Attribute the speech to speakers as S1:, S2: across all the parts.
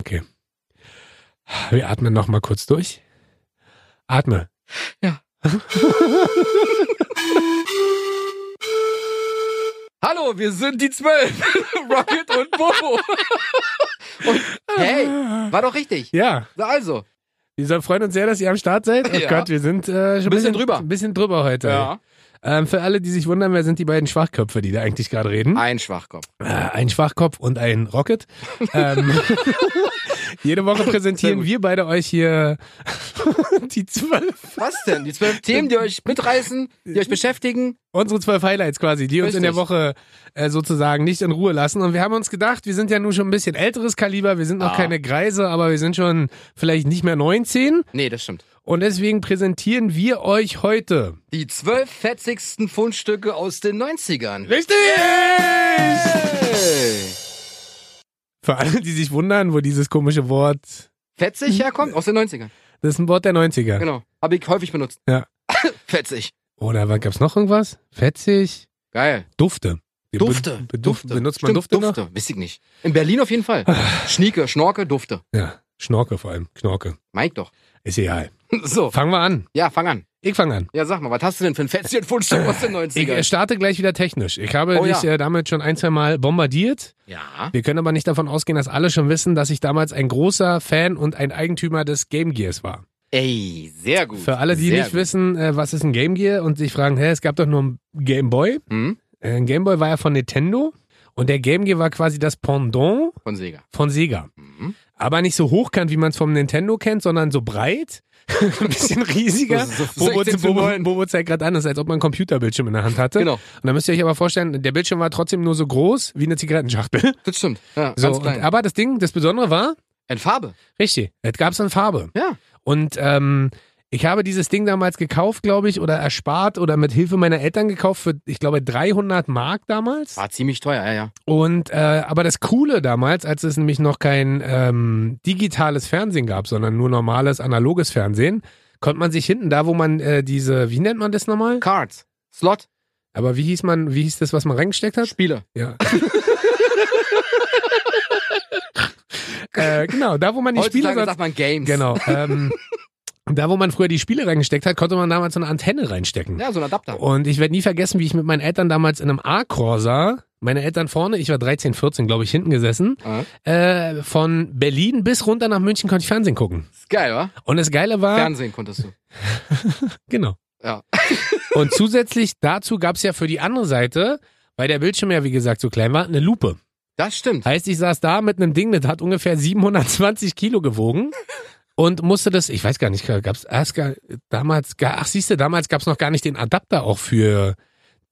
S1: Okay. Wir atmen nochmal kurz durch. Atme.
S2: Ja. Hallo, wir sind die zwölf. Rocket und Bobo. und, hey, war doch richtig.
S1: Ja.
S2: Also,
S1: Wir freuen uns sehr, dass ihr am Start seid. Oh
S2: Ja.
S1: Gott, wir sind äh, schon ein
S2: Bisschen drüber.
S1: Ein bisschen drüber heute.
S2: ja.
S1: Ähm, für alle, die sich wundern, wer sind die beiden Schwachköpfe, die da eigentlich gerade reden?
S2: ein Schwachkopf.
S1: Äh, ein Schwachkopf und ein Rocket. ähm, jede Woche
S2: Sehr
S1: präsentieren
S2: gut.
S1: wir beide euch hier die zwölf,
S2: Was denn? Die zwölf Themen, die euch mitreißen, die euch beschäftigen.
S1: unsere zwölf Highlights quasi, die uns in der
S2: Richtig.
S1: Woche äh, sozusagen nicht in Ruhe lassen. Und wir haben uns gedacht, wir sind ja nun schon ein bisschen älteres Kaliber, wir sind noch
S2: Ah.
S1: keine Greise, aber wir sind schon vielleicht nicht mehr 19.
S2: Nee, das stimmt.
S1: Und deswegen präsentieren wir euch heute.
S2: Die zwölf fetzigsten Fundstücke aus den 90ern.
S1: Richtig!
S2: Hey.
S1: Für alle, die sich wundern, wo dieses komische Wort.
S2: Fetzig herkommt? Aus den 90ern.
S1: Das ist ein Wort der 90er.
S2: Genau. Habe ich häufig benutzt.
S1: Ja.
S2: Fetzig.
S1: Oder wann gab's noch irgendwas? Fetzig?
S2: Geil.
S1: Dufte. Wir be-
S2: Dufte.
S1: Be Dufte.
S2: Dufte.
S1: Benutzt man
S2: Stimmt,
S1: Dufte,
S2: Dufte. Weiß ich nicht. In Berlin auf jeden Fall. Schnieke, Schnorke, Dufte.
S1: noch? Ja. Schnorke vor allem. Knorke.
S2: Mike doch.
S1: Ist egal.
S2: So.
S1: Fangen wir an.
S2: Ja, fang an.
S1: Ich fange an.
S2: Ja, sag mal, was hast du denn für ein fetzigen Fundstück aus den
S1: Ich
S2: 90ern?
S1: äh, starte gleich wieder technisch. Ich habe
S2: Oh,
S1: dich
S2: ja.
S1: äh, damit schon ein, zwei Mal bombardiert.
S2: ja.
S1: Wir können aber nicht davon ausgehen, dass alle schon wissen, dass ich damals ein großer Fan und ein Eigentümer des Game Gears war.
S2: Ey, sehr gut.
S1: Für alle, die
S2: sehr
S1: nicht wissen, äh, was ist ein Game Gear und sich fragen, hä, es gab doch nur ein Game Boy.
S2: Hm?
S1: Äh, Ein Game Boy war ja von Nintendo und der Game Gear war quasi das Pendant
S2: Von Sega.
S1: von Sega.
S2: Mhm.
S1: Aber nicht so hochkant, wie man es vom Nintendo kennt, sondern so breit. ein bisschen riesiger.
S2: So- so
S1: Bobo,
S2: 16 zu
S1: Bobo,
S2: 9.
S1: Bobo zeigt gerade an, das ist, als ob man einen Computerbildschirm in der Hand hatte.
S2: Genau.
S1: Und da müsst ihr euch aber vorstellen, der Bildschirm war trotzdem nur so groß wie eine Zigarettenschachtel.
S2: Das stimmt. Ja,
S1: So,
S2: ganz
S1: und,
S2: klein.
S1: aber das Ding, das Besondere war,
S2: In Farbe.
S1: richtig, es gab es in Farbe.
S2: Ja.
S1: Und ähm, ich habe dieses Ding damals gekauft, glaube ich, oder erspart oder mit Hilfe meiner Eltern gekauft für, ich glaube, 300 Mark damals.
S2: War ziemlich teuer, ja, ja.
S1: Und äh, aber das Coole damals, als es nämlich noch kein ähm, digitales Fernsehen gab, sondern nur normales analoges Fernsehen, konnte man sich hinten da, wo man äh, diese, wie nennt man das nochmal?
S2: Cards. Slot.
S1: Aber wie hieß man, wie hieß das, was man reingesteckt hat?
S2: Spiele.
S1: Ja. äh, genau, da wo man die Spiele
S2: Heutzutage
S1: sonst
S2: sagt man Games.
S1: Genau. Ähm, da, wo man früher die Spiele reingesteckt hat, konnte man damals so eine Antenne reinstecken.
S2: Ja, so ein Adapter.
S1: Und ich werde nie vergessen, wie ich mit meinen Eltern damals in einem A-Corsa, meine Eltern vorne, ich war 13, 14, glaube ich, hinten gesessen,
S2: Ja.
S1: äh, von Berlin bis runter nach München konnte ich Fernsehen gucken.
S2: Ist geil, wa?
S1: Und das Geile war,
S2: Fernsehen konntest du.
S1: genau.
S2: Ja.
S1: Und zusätzlich dazu gab es ja für die andere Seite, weil der Bildschirm ja, wie gesagt, so klein war, eine Lupe.
S2: Das stimmt.
S1: Heißt, ich saß da mit einem Ding, das hat ungefähr 720 Kilo gewogen und musste das, ich weiß gar nicht, gab's erst gar, damals, gar, ach siehste, damals gab's noch gar nicht den Adapter auch für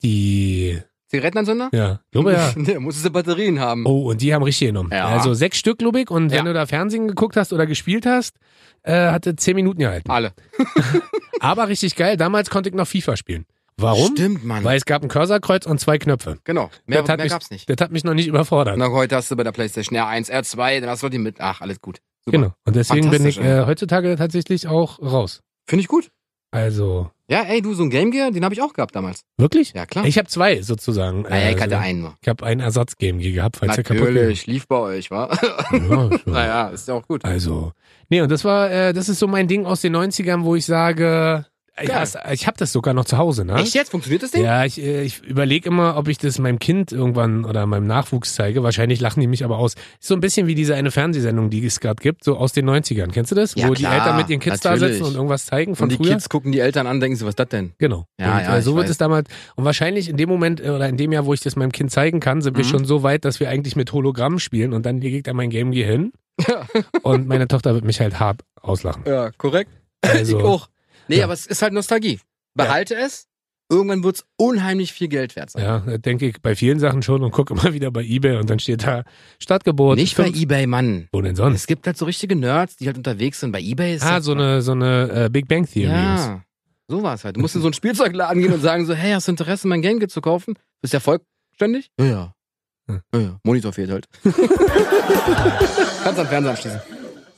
S1: die,
S2: Zigarettenanzünder?
S1: ja, glaube ja.
S2: nee, musstest du Batterien haben.
S1: Oh, und die haben richtig genommen.
S2: Ja.
S1: Also sechs Stück, glaube ich, und wenn
S2: Ja.
S1: du da Fernsehen geguckt hast oder gespielt hast, äh, hatte zehn Minuten gehalten.
S2: Alle.
S1: Aber richtig geil, damals konnte ich noch FIFA spielen. Warum?
S2: Stimmt, Mann.
S1: Weil es gab ein Cursorkreuz und zwei Knöpfe.
S2: genau. Mehr,
S1: das hat
S2: mehr
S1: mich,
S2: gab's nicht.
S1: Das hat mich noch nicht überfordert.
S2: Na, heute hast du bei der PlayStation R1, R2, dann hast du die mit. Ach, alles gut. Super.
S1: Genau. Und deswegen bin ich
S2: Fantastisch,
S1: äh, heutzutage tatsächlich auch raus.
S2: Finde ich gut.
S1: Also,
S2: Ja, ey, du, so ein Game Gear, den habe ich auch gehabt damals.
S1: wirklich?
S2: Ja, klar.
S1: Ich habe zwei sozusagen.
S2: naja, ich
S1: Also,
S2: hatte einen nur.
S1: Ich habe einen Ersatz-Game gehabt, falls
S2: Natürlich, lief bei euch, wa?
S1: er kaputt ging. Ja, so.
S2: naja, ist ja auch gut.
S1: Also, nee, und das war, äh, das ist so mein Ding aus den 90ern, wo ich sage, ja,
S2: Geil.
S1: es- ich habe das sogar noch zu Hause, ne?
S2: Echt jetzt? Funktioniert das Ding?
S1: Ja, ich, äh, ich überlege immer, ob ich das meinem Kind irgendwann oder meinem Nachwuchs zeige. Wahrscheinlich lachen die mich aber aus. Ist so ein bisschen wie diese eine Fernsehsendung, die es gerade gibt, so aus den 90ern. Kennst du das?
S2: Ja,
S1: Wo die
S2: klar,
S1: Eltern mit ihren Kids da
S2: natürlich.
S1: sitzen und irgendwas zeigen von
S2: und die
S1: früher.
S2: Kids gucken die Eltern an, denken sie, was ist das denn?
S1: Genau.
S2: Ja,
S1: und,
S2: ja,
S1: äh, so
S2: ich
S1: wird
S2: weiß.
S1: es damals. Und wahrscheinlich in dem Moment äh, oder in dem Jahr, wo ich das meinem Kind zeigen kann, sind wir
S2: Mhm.
S1: schon so weit, dass wir eigentlich mit Hologramm spielen und dann legt er mein Game Gear hin.
S2: Ja.
S1: und meine Tochter wird mich halt hart auslachen.
S2: Ja, korrekt.
S1: Also,
S2: ich auch. Nee,
S1: ja.
S2: aber es ist halt Nostalgie. Behalte es. Irgendwann wird's unheimlich viel Geld wert sein.
S1: Ja, da denke ich bei vielen Sachen schon und gucke immer wieder bei Ebay und dann steht da Stadtgebot.
S2: Nicht bei
S1: fünf-
S2: Ebay, Mann.
S1: Wo denn sonst?
S2: Es gibt halt so richtige Nerds, die halt unterwegs sind. Bei Ebay ist
S1: Ah,
S2: das-
S1: so eine, so eine äh, Big Bang Theory. ist.
S2: Ja, so war's halt. Du musst in so einen Spielzeugladen gehen und sagen so, hey, hast du Interesse, mein Game zu kaufen? Bist ja vollständig? Ja, ja.
S1: Hm.
S2: ja, ja. Monitor fehlt halt. Kannst am Fernseher anschließen.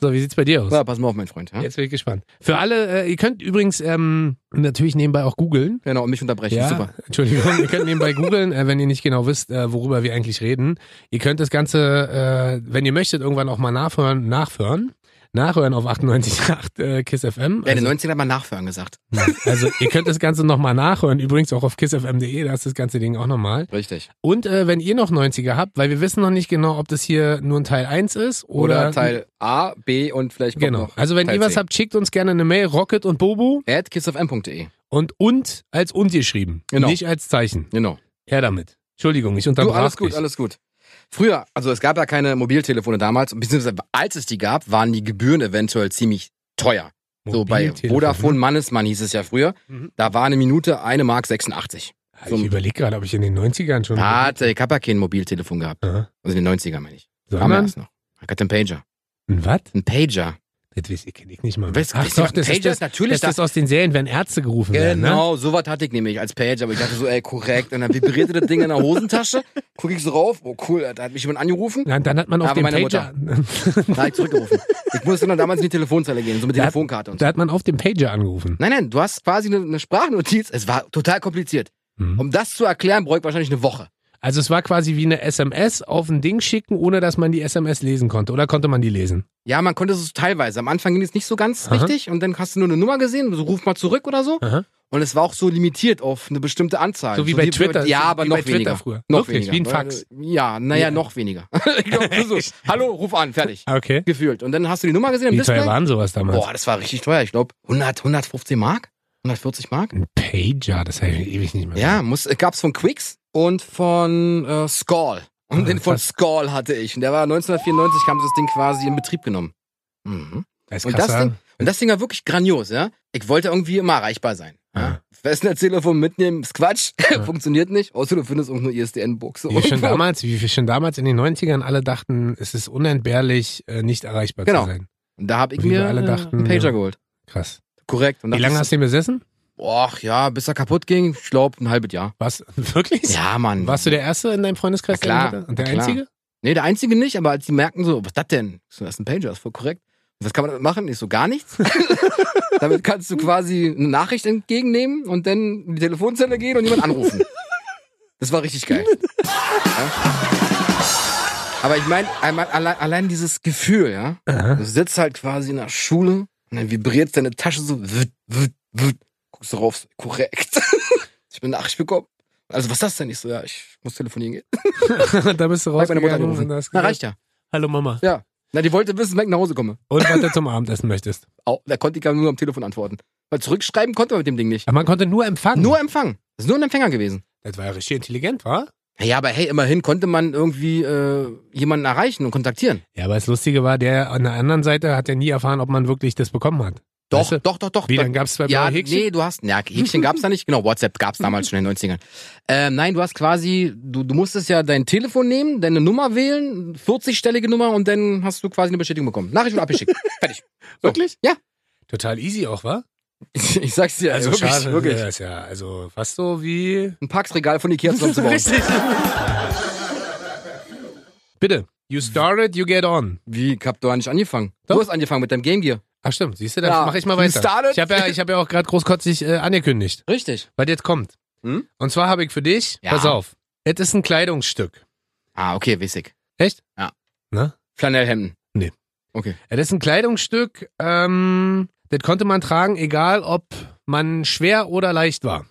S1: So, wie sieht's bei dir aus?
S2: Na, pass mal auf, mein Freund. Ja?
S1: Jetzt bin ich gespannt. Für alle, äh, ihr könnt übrigens ähm, natürlich nebenbei auch googeln.
S2: Genau, und mich unterbrechen. Super.
S1: Entschuldigung, ihr könnt nebenbei googeln, äh, wenn ihr nicht genau wisst, äh, worüber wir eigentlich reden. Ihr könnt das Ganze, äh, wenn ihr möchtet, irgendwann auch mal nachhören, nachhören. Nachhören auf 98.8 äh, KISS FM.
S2: Ja, in
S1: Also,
S2: den 90ern hat man nachfragen gesagt.
S1: also ihr könnt das Ganze nochmal nachhören, übrigens auch auf kissfm.de, da ist das ganze Ding auch nochmal.
S2: Richtig.
S1: Und äh, wenn ihr noch 90er habt, weil wir wissen noch nicht genau, ob das hier nur ein Teil 1 ist oder,
S2: Oder, Teil A, B und vielleicht kommt
S1: Genau.
S2: noch.
S1: Also wenn
S2: Teil
S1: ihr was
S2: C.
S1: habt, schickt uns gerne eine Mail, Rocket und Bobo
S2: At kissofm.de.
S1: und und als und geschrieben,
S2: Genau.
S1: nicht als Zeichen.
S2: Genau.
S1: Her damit. Entschuldigung, ich
S2: Du,
S1: unterbrach
S2: alles gut,
S1: dich.
S2: alles gut. Früher, also es gab ja keine Mobiltelefone damals, beziehungsweise als es die gab, waren die Gebühren eventuell ziemlich teuer. So bei
S1: Mobiltelefon. ne?
S2: Vodafone Mannesmann hieß es ja früher.
S1: Mhm.
S2: Da war eine Minute eine Mark 86.
S1: Ah, Ich überlege gerade, ob ich in den 90ern schon...
S2: Hatte, ich habe ja äh, kein Mobiltelefon gehabt.
S1: Aha.
S2: Also in den 90ern meine ich. Haben wir
S1: Sondern,
S2: erst noch. Ich hatte einen Pager.
S1: ein Hm, was?
S2: Ein Pager.
S1: Das weiß ich, kenn ich nicht mal. mehr.
S2: Weißt- weißt du, was ein Pager ist? Natürlich,
S1: das, das ist aus den Serien, wenn Ärzte gerufen werden. Ne?
S2: Genau, sowas hatte ich nämlich als Pager. Aber ich dachte so, ey, korrekt. Und dann vibrierte das Ding in der Hosentasche. Gucke ich so rauf. Oh cool, da hat mich jemand angerufen.
S1: Na, dann hat man auf
S2: Aber
S1: dem
S2: meine
S1: Pager...
S2: Da habe ich zurückgerufen. Ich musste dann damals in die Telefonzelle gehen, so mit
S1: Da-
S2: Telefonkarte und so.
S1: da hat man auf dem Pager angerufen.
S2: Nein, nein, du hast quasi eine, eine Sprachnotiz. Es war total kompliziert.
S1: Mhm.
S2: Um das zu erklären, bräuchte ich wahrscheinlich eine Woche.
S1: Also es war quasi wie eine SMS auf ein Ding schicken, ohne dass man die SMS lesen konnte. Oder konnte man die lesen?
S2: Ja, man konnte es teilweise. Am Anfang ging es nicht so ganz
S1: Aha.
S2: richtig und dann hast du nur eine Nummer gesehen, so ruf mal zurück oder so.
S1: Aha.
S2: Und es war auch so limitiert auf eine bestimmte Anzahl.
S1: So wie bei Twitter.
S2: Also Ja, aber
S1: wie
S2: noch
S1: bei Twitter
S2: weniger.
S1: früher.
S2: Noch
S1: Wirklich,
S2: weniger.
S1: wie ein Fax.
S2: Ja, naja,
S1: Ja.
S2: noch weniger. ich glaub, so. Hallo, ruf an, fertig.
S1: Okay.
S2: Gefühlt. Und dann hast du die Nummer gesehen im
S1: Wie teuer
S2: Display.
S1: waren sowas damals?
S2: Boah, das war richtig teuer. Ich glaube 100, 115 Mark, 140 Mark.
S1: Ein Pager, das habe ich ewig nicht mehr.
S2: Ja, muss, gab's von Quicks und von äh, Skoll. Und
S1: Ah,
S2: den von
S1: krass.
S2: Skoll hatte ich. Und der war 1994, haben sie das Ding quasi in Betrieb genommen. Mhm.
S1: Das ist
S2: Und das
S1: krasser.
S2: Ding, und das Ding war wirklich grandios, ja. Ich wollte irgendwie immer erreichbar sein.
S1: Ah.
S2: Ja. Festnetztelefon mitnehmen, ist Quatsch, funktioniert nicht. Außer du findest irgendeine ISDN-Box.
S1: Wie wir, schon damals, wie wir schon damals in den 90ern alle dachten, es ist unentbehrlich, äh, nicht erreichbar
S2: Genau.
S1: zu sein.
S2: Und da habe ich
S1: Wie wir
S2: mir
S1: alle
S2: äh,
S1: dachten,
S2: einen Pager
S1: ja.
S2: geholt.
S1: Krass.
S2: Korrekt. Und
S1: Wie lange hast du den besessen?
S2: du? Och ja, bis er kaputt ging, ich glaube ein halbes Jahr.
S1: Was? Wirklich?
S2: Ja, Mann.
S1: Warst du der Erste in deinem Freundeskreis?
S2: Na klar,
S1: der ihn hatte? Und der
S2: na klar.
S1: Einzige?
S2: Nee, der einzige nicht, aber als die merken so, was ist das denn? Ich So, das ist ein Pager, ist voll korrekt. Und Was kann man damit machen? Ich so, gar nichts. damit kannst du quasi eine Nachricht entgegennehmen und dann in die Telefonzelle gehen und jemand anrufen. Das war richtig geil. ja. Aber ich meine, allein, allein dieses Gefühl, ja.
S1: Aha.
S2: Du sitzt halt quasi in der Schule und dann vibriert deine Tasche so, wut, wut, wut. guckst drauf, so, korrekt. ich bin eine Nachricht bekommen. Also, was ist das denn? Ich so, ja, ich muss telefonieren gehen.
S1: da bist du
S2: Hab meine
S1: rausgegangen
S2: Mutter angerufen.
S1: und hast
S2: Na,
S1: gesagt,
S2: reicht ja.
S1: Hallo Mama.
S2: Ja. Na, die wollte wissen, wenn ich nach Hause komme.
S1: Und was du zum Abendessen möchtest.
S2: Au, da konnte ich ja nur am Telefon antworten. Weil zurückschreiben konnte man mit dem Ding nicht.
S1: Aber man konnte nur empfangen.
S2: Nur Empfang. Das ist nur ein Empfänger gewesen.
S1: Das war ja richtig intelligent, war?
S2: Ja, aber hey, immerhin konnte man irgendwie äh, jemanden erreichen und kontaktieren.
S1: Ja, aber das Lustige war, der an der anderen Seite hat ja nie erfahren, ob man wirklich das bekommen hat.
S2: Doch,
S1: Weißt du?
S2: doch, doch, doch.
S1: Wie, dann gab's zwei
S2: ja,
S1: blaue Häkchen?
S2: nee, du hast, ja, Häkchen gab's da nicht. Genau, WhatsApp gab's damals schon in den 90ern. Ähm, nein, du hast quasi, du, du musstest ja dein Telefon nehmen, deine Nummer wählen, 40-stellige Nummer und dann hast du quasi eine Bestätigung bekommen. Nachricht wurde abgeschickt. Fertig.
S1: Wirklich?
S2: Ja.
S1: Total easy auch, war?
S2: Ich sag's dir, also wirklich,
S1: schade,
S2: wirklich.
S1: Das ist ja, also fast so wie.
S2: Ein Packsregal von Ikea zusammenzubauen.
S1: Bitte. You started, you get on.
S2: Wie, ich hab doch nicht angefangen.
S1: Doch.
S2: Du hast angefangen mit deinem Game Gear.
S1: Ach stimmt, siehst du, da
S2: Ja,
S1: mache ich mal
S2: you
S1: weiter.
S2: started?
S1: Ich habe ja, ich hab ja auch gerade großkotzig äh, angekündigt,
S2: Richtig.
S1: was jetzt kommt.
S2: Hm?
S1: Und zwar habe ich für dich,
S2: Ja.
S1: pass auf, es ist ein Kleidungsstück.
S2: Ah, okay, wissig.
S1: Echt? Ne?
S2: Ja.
S1: Na?
S2: Flanellhemden.
S1: Nee.
S2: Okay.
S1: Es ist ein Kleidungsstück, ähm, das konnte man tragen, egal ob man schwer oder leicht war.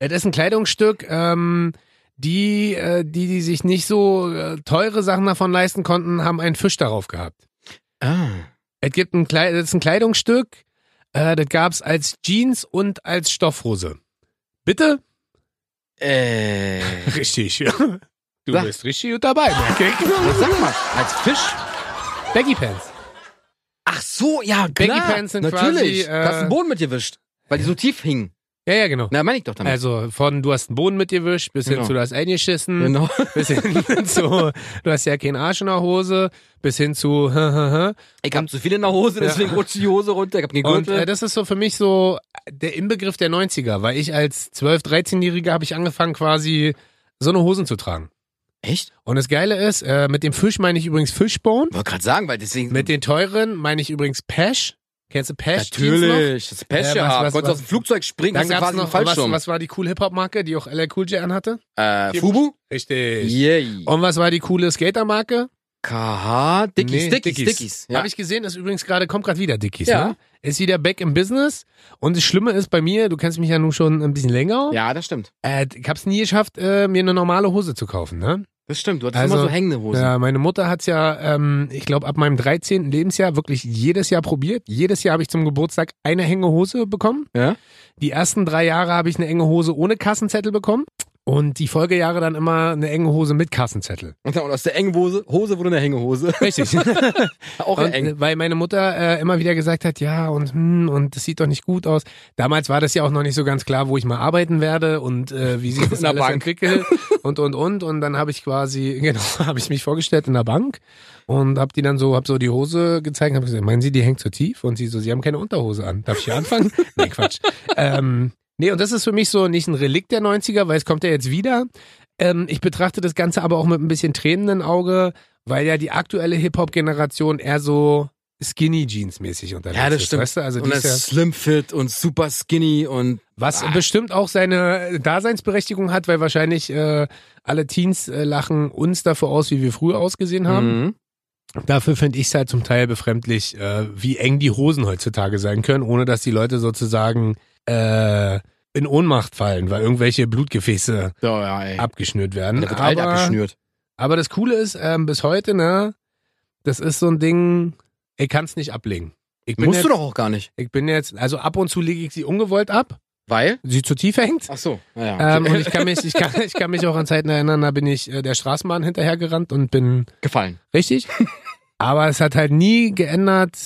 S1: Es ist ein Kleidungsstück, ähm, die, äh, die, die sich nicht so äh, teure Sachen davon leisten konnten, haben einen Fisch darauf gehabt.
S2: Ah.
S1: Es gibt ein, Kleid es ist ein Kleidungsstück, äh, das gab es als Jeans und als Stoffhose. Bitte?
S2: Äh.
S1: Richtig. Du
S2: Sag-
S1: bist richtig gut dabei, okay?
S2: Was sag mal, als Fisch?
S1: Baggy Pants.
S2: Ach so, ja, klar.
S1: Pants sind quasi,
S2: Natürlich. du hast
S1: äh,
S2: den Boden mitgewischt, weil die so tief hingen.
S1: Ja, ja, genau.
S2: Na, meine ich doch damit.
S1: Also von du hast einen Boden mitgewischt, bis hin
S2: Genau.
S1: zu du hast eingeschissen,
S2: genau.
S1: bis hin zu du hast ja keinen Arsch in der Hose, bis hin zu
S2: Ich hab zu viel in der Hose, deswegen rutscht die Hose runter. Ich hab den
S1: und
S2: Gürtel.
S1: äh, das ist so für mich so äh, der Inbegriff der 90er, weil ich als 12-, 13-Jähriger habe ich angefangen quasi so eine Hosen zu tragen.
S2: Echt?
S1: Und das Geile ist, äh, mit dem Fisch meine ich übrigens Fishbone.
S2: Wollte gerade sagen, weil deswegen.
S1: Mit den teuren meine ich übrigens Pesh. Kennst du Pesh? Jeans noch?
S2: Natürlich. Das
S1: Äh, was-
S2: Pech ja.
S1: was-
S2: Konntest
S1: was-
S2: aus dem Flugzeug springen,
S1: Dann
S2: hast du
S1: gab's
S2: quasi einen
S1: noch, was,
S2: Fallschirm.
S1: was war die coole Hip-Hop-Marke, die auch LL Cool J anhatte?
S2: äh, Fubu?
S1: Richtig.
S2: Yay.
S1: Und was war die coole Skatermarke?
S2: KH, Dickies,
S1: Nee,
S2: Dickies,
S1: Dickies.
S2: Dickies.
S1: Habe ich gesehen, ist übrigens gerade, kommt gerade wieder Dickies,
S2: Ja.
S1: ne? Ist wieder back im Business. Und das Schlimme ist bei mir, du kennst mich ja nun schon ein bisschen länger.
S2: ja, das stimmt.
S1: Äh, ich hab's nie geschafft, äh, mir eine normale Hose zu kaufen, ne?
S2: Das stimmt. Du hattest
S1: Also,
S2: immer so hängende Hosen.
S1: Ja, meine Mutter hat's ja, ähm, ich glaube, ab meinem 13. Lebensjahr wirklich jedes Jahr probiert. Jedes Jahr habe ich zum Geburtstag eine enge Hose bekommen.
S2: Ja?
S1: Die ersten drei Jahre habe ich eine enge Hose ohne Kassenzettel bekommen. Und die Folgejahre dann immer eine enge Hose mit Kassenzettel.
S2: Und dann aus der engen Hose, Hose wurde eine Hängehose.
S1: Richtig.
S2: Auch
S1: Und,
S2: eng.
S1: äh, weil meine Mutter äh, immer wieder gesagt hat, ja und hm, und das sieht doch nicht gut aus. Damals war das ja auch noch nicht so ganz klar, wo ich mal arbeiten werde und äh, wie sich das
S2: In der
S1: alles
S2: Bank.
S1: entwickelt und und und und dann habe ich quasi genau habe ich mich vorgestellt in der Bank und habe die dann so habe so die Hose gezeigt, habe gesagt, meinen Sie, die hängt zu tief? Und sie so, Sie haben keine Unterhose an. Darf ich hier anfangen? nee, Quatsch. Ähm, nee, und das ist für mich so nicht ein Relikt der 90er, weil es kommt ja jetzt wieder. Ähm, ich betrachte das Ganze aber auch mit ein bisschen tränenden Auge, weil ja die aktuelle Hip-Hop-Generation eher so Skinny-Jeans-mäßig unterwegs
S2: Ja, das
S1: ist.
S2: stimmt.
S1: Weißt du? Also
S2: und
S1: die
S2: das Ah.
S1: ist ja,
S2: Slim Fit und super skinny und
S1: was bestimmt auch seine äh, Daseinsberechtigung hat, weil wahrscheinlich äh, alle Teens äh, lachen uns dafür aus, wie wir früher ausgesehen haben.
S2: Mhm.
S1: Dafür finde ich es halt zum Teil befremdlich, äh, wie eng die Hosen heutzutage sein können, ohne dass die Leute sozusagen äh, in Ohnmacht fallen, weil irgendwelche Blutgefäße
S2: So, ja, ey.
S1: abgeschnürt werden.
S2: Der wird alt abgeschnürt.
S1: aber das Coole ist, ähm, bis heute, ne, das ist so ein Ding, ich kann es nicht ablegen. Ich bin
S2: Musst
S1: jetzt,
S2: du doch auch gar nicht.
S1: Ich bin jetzt, also ab und zu lege ich sie ungewollt ab,
S2: Weil?
S1: sie zu tief hängt.
S2: Ach so. Naja.
S1: Ähm, und ich kann mich, ich kann, ich kann mich auch an Zeiten erinnern, da bin ich äh, der Straßenbahn hinterhergerannt und bin
S2: Gefallen.
S1: richtig. Aber es hat halt nie geändert,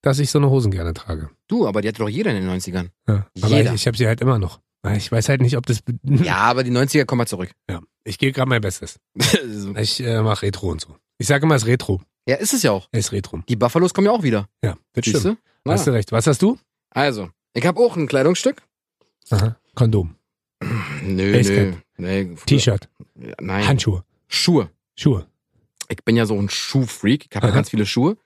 S1: dass ich so eine Hosen gerne trage.
S2: Du, aber die hatte doch jeder in den 90ern.
S1: Ja. Aber ich,
S2: Jeder.
S1: ich habe sie halt immer noch. Ich weiß halt nicht, ob das.
S2: Ja, aber die 90er kommen mal zurück.
S1: Ja. Ich gebe gerade mein Bestes.
S2: So.
S1: Ich äh, mache Retro und so. Ich sage immer, es ist Retro.
S2: ja, ist es ja auch.
S1: Es ist Retro.
S2: Die Buffalos kommen ja auch wieder.
S1: Ja, das
S2: Siehst
S1: stimmt.
S2: du? Na,
S1: Hast du recht. Was hast du?
S2: Also, ich habe auch ein Kleidungsstück.
S1: Aha. Kondom,
S2: Nö,
S1: Basecap.
S2: nö. Nee,
S1: T-Shirt,
S2: Ja, Nein.
S1: Handschuhe,
S2: Schuhe.
S1: Schuhe.
S2: Ich bin ja so ein Schuhfreak. Ich habe ja
S1: Aha.
S2: ganz viele Schuhe.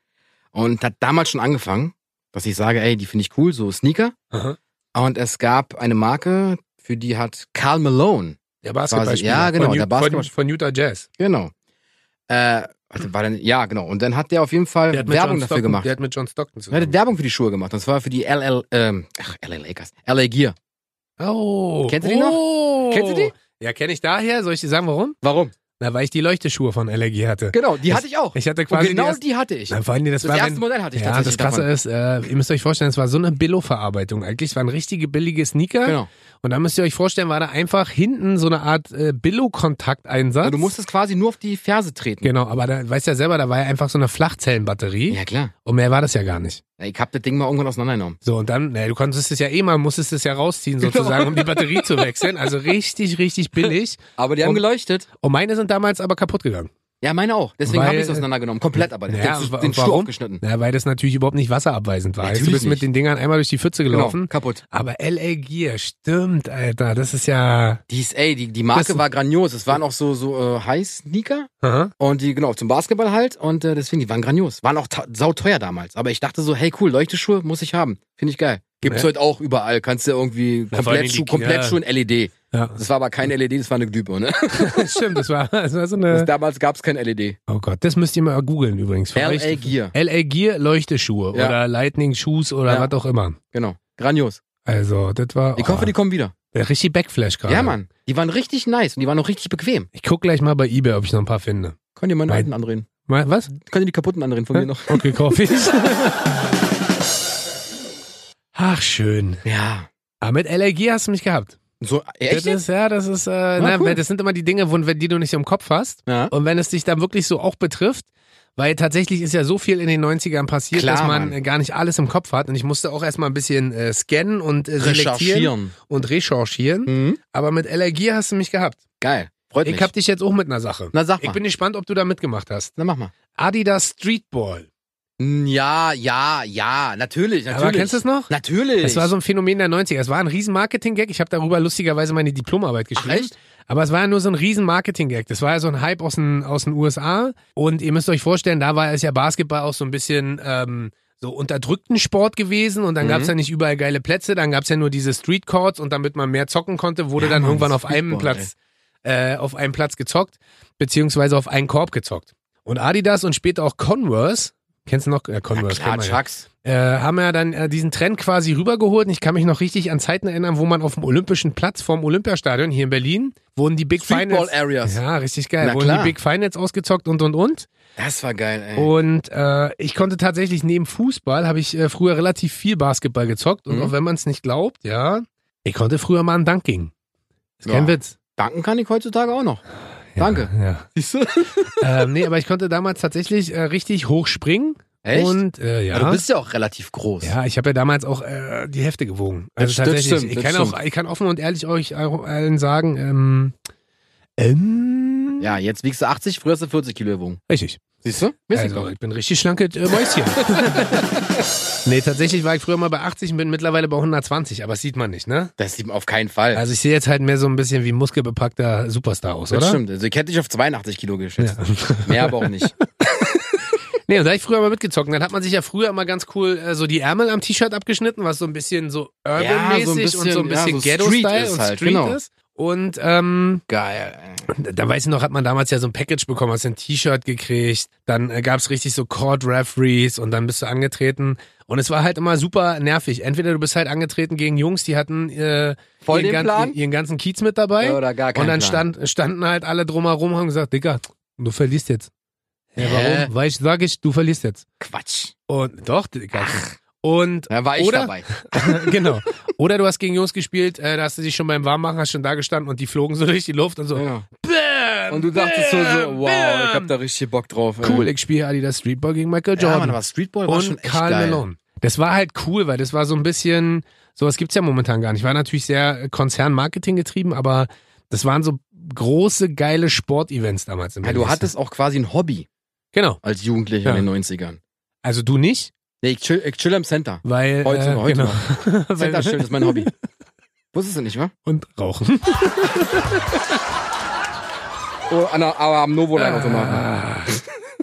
S2: Und hat damals schon angefangen, dass ich sage, ey, die finde ich cool, so Sneaker.
S1: Aha.
S2: Und es gab eine Marke, für die hat Karl Malone.
S1: Der Basketballspieler.
S2: Ja, genau,
S1: Von,
S2: der
S1: Ju-
S2: Basketball-
S1: von, von Utah Jazz.
S2: Genau. Äh, warte, war denn, ja, genau. Und dann hat der auf jeden Fall
S1: Der hat mit
S2: Werbung
S1: John
S2: dafür
S1: Stockton,
S2: gemacht.
S1: Der hat mit John Stockton
S2: Er hat
S1: zusammen.
S2: Werbung für die Schuhe gemacht. Und zwar für die LL, ähm, ach, LA Lakers. LA Gear.
S1: Oh.
S2: Kennst du die noch?
S1: Oh.
S2: Kennst du die?
S1: Ja, kenne ich daher. Soll ich dir sagen, warum?
S2: Warum?
S1: Na, weil ich die Leuchteschuhe von Allergie hatte.
S2: Genau, die
S1: Das-
S2: hatte ich auch.
S1: Ich hatte
S2: Und
S1: quasi die
S2: genau
S1: erst-
S2: die hatte ich.
S1: Na, vor allem, das,
S2: Das
S1: war
S2: erste
S1: wenn,
S2: Modell hatte ich
S1: ja, das
S2: tatsächlich
S1: Krasse
S2: davon.
S1: ist, äh, ihr müsst euch vorstellen, es war so eine Billo-Verarbeitung eigentlich. Es waren richtige billige Sneaker.
S2: Genau.
S1: Und dann müsst ihr euch vorstellen, war da einfach hinten so eine Art äh, Billo-Kontakteinsatz.
S2: Du musstest quasi nur auf die Ferse treten.
S1: Genau, aber da weißt ja selber, da war ja einfach so eine Flachzellenbatterie.
S2: Ja, klar.
S1: Und mehr war das ja gar nicht.
S2: Ich hab das Ding mal irgendwann auseinandergenommen.
S1: So, und dann, na, du konntest es ja eh mal, musstest es ja rausziehen
S2: Genau.
S1: sozusagen, um die Batterie zu wechseln. Also richtig, richtig billig.
S2: Aber die
S1: Und-
S2: haben geleuchtet.
S1: Und meine sind damals aber kaputt gegangen.
S2: Ja, meine auch. Deswegen
S1: Weil-
S2: habe ich es auseinandergenommen. Komplett aber.
S1: Naja,
S2: den
S1: wa-
S2: den Schuh
S1: warum?
S2: aufgeschnitten.
S1: Na, weil das natürlich überhaupt nicht wasserabweisend war.
S2: Natürlich
S1: du bist mit
S2: nicht.
S1: den Dingern einmal durch die Pfütze
S2: Genau,
S1: gelaufen.
S2: kaputt.
S1: Aber LA Gear, stimmt, Alter. Das ist ja.
S2: Die, ist, ey, die, die Marke
S1: Das-
S2: war grandios. Es waren auch so, so äh, High-Sneaker.
S1: Aha.
S2: Und die, genau, zum Basketball halt. Und äh, deswegen, die waren grandios. Waren auch ta- sauteuer damals. Aber ich dachte so, hey cool, Leuchteschuhe muss ich haben. Finde ich geil. Gibt's
S1: Ja.
S2: heute auch überall. Kannst du irgendwie
S1: Na, vor allen
S2: komplett,
S1: Dingen
S2: Schuh,
S1: die-
S2: komplett
S1: ja.
S2: schon LED.
S1: Ja,
S2: E Das war aber kein LED, das war eine Glühbirne.
S1: stimmt, das war, das war so eine.
S2: Das, damals gab's kein E LED.
S1: Oh Gott, das müsst ihr mal googeln übrigens. Für
S2: LA
S1: euch-
S2: Gear.
S1: LA Gear Leuchteschuhe
S2: Ja.
S1: oder Lightning Shoes oder
S2: Ja.
S1: was auch immer.
S2: Genau. Grandios.
S1: Also, das war.
S2: Ich hoffe, die kommen wieder.
S1: oh, richtig Backflash gerade.
S2: Ja, Mann. Die waren richtig nice und die waren auch richtig bequem.
S1: Ich guck gleich mal bei eBay, ob ich noch ein paar finde.
S2: Könnt ihr meine
S1: Nein.
S2: alten andrehen?
S1: Mal, was?
S2: Könnt ihr die kaputten andrehen von mir noch?
S1: Okay, kauf ich. Ach, schön.
S2: Ja.
S1: Aber mit LRG hast du mich gehabt.
S2: So,
S1: Das
S2: echt? jetzt? Ah,
S1: ist, ja, das ist, äh, na,
S2: cool.
S1: weil das sind immer die Dinge, wo, wenn die du nicht im Kopf hast.
S2: Ja.
S1: Und wenn es dich dann wirklich so auch betrifft, weil tatsächlich ist ja so viel in den 90ern passiert,
S2: Klar,
S1: dass man
S2: Mann.
S1: äh, gar nicht alles im Kopf hat. Und ich musste auch erstmal ein bisschen äh, scannen und äh, selektieren
S2: Recherchieren.
S1: und recherchieren.
S2: Mhm.
S1: Aber mit LRG hast du mich gehabt.
S2: Geil. Freut mich.
S1: Ich hab dich jetzt auch mit einer Sache.
S2: Na, sag
S1: Ich
S2: mal.
S1: bin gespannt, ob du da mitgemacht hast.
S2: Na, mach mal.
S1: Adidas Streetball.
S2: Ja, ja, ja, natürlich, natürlich.
S1: Aber kennst du es noch?
S2: Natürlich.
S1: Es war so ein Phänomen der 90er. Es war ein riesen Marketing-Gag. Ich habe darüber lustigerweise meine Diplomarbeit
S2: Ach,
S1: geschrieben.
S2: echt?
S1: Aber es war ja nur so ein riesen Marketing-Gag. Das war ja so ein Hype aus den, aus den USA. Und ihr müsst euch vorstellen, da war es ja Basketball auch so ein bisschen ähm, so unterdrückten Sport gewesen. Und dann
S2: Mhm.
S1: gab's ja nicht überall geile Plätze. Dann gab's ja nur diese Street Courts. Und damit man mehr zocken konnte, wurde
S2: Ja,
S1: dann
S2: Mann,
S1: irgendwann auf einem
S2: Streetball,
S1: Platz, äh, auf einem Platz gezockt. Beziehungsweise auf einen Korb gezockt. Und Adidas und später auch Converse. Kennst du noch? Äh,
S2: Ja,
S1: Converse, kennt
S2: klar,
S1: man ja
S2: Chucks.
S1: äh, haben ja dann äh, diesen Trend quasi rübergeholt. Und ich kann mich noch richtig an Zeiten erinnern, wo man auf dem Olympischen Platz vorm Olympiastadion hier in Berlin wurden die Big
S2: Streetball
S1: Finals.
S2: Areas.
S1: Ja, richtig geil.
S2: Na
S1: wurden
S2: klar.
S1: die Big Finals ausgezockt und und und.
S2: Das war geil, ey.
S1: Und äh, ich konnte tatsächlich neben Fußball habe ich äh, früher relativ viel Basketball gezockt. Und
S2: Mhm.
S1: auch wenn man es nicht glaubt, ja, ich konnte früher mal einen Dunking. Ist
S2: Ja.
S1: kein Witz.
S2: Danken kann ich heutzutage auch noch. Danke.
S1: Ja, ja.
S2: Siehst du?
S1: ähm, nee, aber ich konnte damals tatsächlich äh, richtig hoch springen.
S2: Echt?
S1: Und äh, ja.
S2: Aber Du bist ja auch relativ groß.
S1: Ja, ich habe ja damals auch äh, die Hefte gewogen.
S2: Das
S1: Also
S2: stimmt,
S1: tatsächlich,
S2: stimmt,
S1: ich
S2: das
S1: kann auch, ich kann offen und ehrlich euch allen sagen, ähm, ähm,
S2: Ja, jetzt wiegst du 80, früher hast du 40 Kilo gewogen.
S1: richtig.
S2: Siehst du? Weiß ich
S1: Also
S2: doch.
S1: ich bin richtig schlanke äh, Mäuschen. nee, tatsächlich war ich früher mal bei 80 und bin mittlerweile bei 120, aber das sieht man nicht, ne?
S2: Das sieht man auf keinen Fall.
S1: Also ich sehe jetzt halt mehr so ein bisschen wie ein muskelbepackter Superstar aus,
S2: das
S1: oder?
S2: stimmt. Also ich hätte dich auf 82 Kilo geschätzt. Mehr aber auch nicht.
S1: Nee, und da hab ich früher mal mitgezockt. Und Dann hat man sich ja früher immer ganz cool äh, so die Ärmel am T-Shirt abgeschnitten, was so ein bisschen so urban-mäßig
S2: so ein bisschen-
S1: und so ein
S2: ja,
S1: bisschen
S2: so Street
S1: Ghetto-Style
S2: ist
S1: und
S2: halt,
S1: Street
S2: genau.
S1: ist. Und ähm,
S2: Geil, ey.
S1: da weiß ich noch, hat man damals ja so ein Package bekommen, hast ein T-Shirt gekriegt, dann äh, gab's richtig so Court-Referees und dann bist du angetreten. Und es war halt immer super nervig. Entweder du bist halt angetreten gegen Jungs, die hatten äh,
S2: Voll
S1: ihren,
S2: den Plan?
S1: ihren ganzen Kiez mit dabei.
S2: Ja, Oder gar kein
S1: und dann
S2: Plan.
S1: stand, standen halt alle drumherum und haben gesagt, Digga, du verlierst jetzt. Ja,
S2: Hä?
S1: warum? Weil ich sage ich, du verlierst jetzt.
S2: Quatsch.
S1: Und doch, Digga. Und
S2: Da war ich
S1: Oder-
S2: dabei.
S1: genau. Oder du hast gegen Jungs gespielt, äh, da hast du dich schon beim Warmmachen, hast schon da gestanden und die flogen so durch die Luft und so.
S2: Ja.
S1: Bam,
S2: Und du dachtest so, so
S1: bam,
S2: wow, ich hab
S1: bam.
S2: da richtig Bock drauf. ey.
S1: Cool, ich spiele Adidas Streetball gegen Michael
S2: Ja, Mann,
S1: Jordan
S2: aber Streetball war schon
S1: und
S2: echt
S1: Karl
S2: geil.
S1: Malone. Das war halt cool, weil das war so ein bisschen, sowas gibt's ja momentan gar nicht. War natürlich sehr äh, Konzernmarketing getrieben, aber das waren so große, geile Sportevents damals. im
S2: Ja, du
S1: Berlin.
S2: hattest auch quasi ein Hobby
S1: Genau.
S2: als Jugendlicher
S1: Ja.
S2: in den 90ern.
S1: Also du nicht,
S2: Nee, ich chill, ich chill im Center.
S1: weil.
S2: Heute
S1: äh,
S2: noch, heute
S1: genau.
S2: Center
S1: weil,
S2: chillen ist mein Hobby. Wusstest du nicht, wa?
S1: und rauchen.
S2: Oh, an der, aber am Novo-Line-Automaten.
S1: Ah,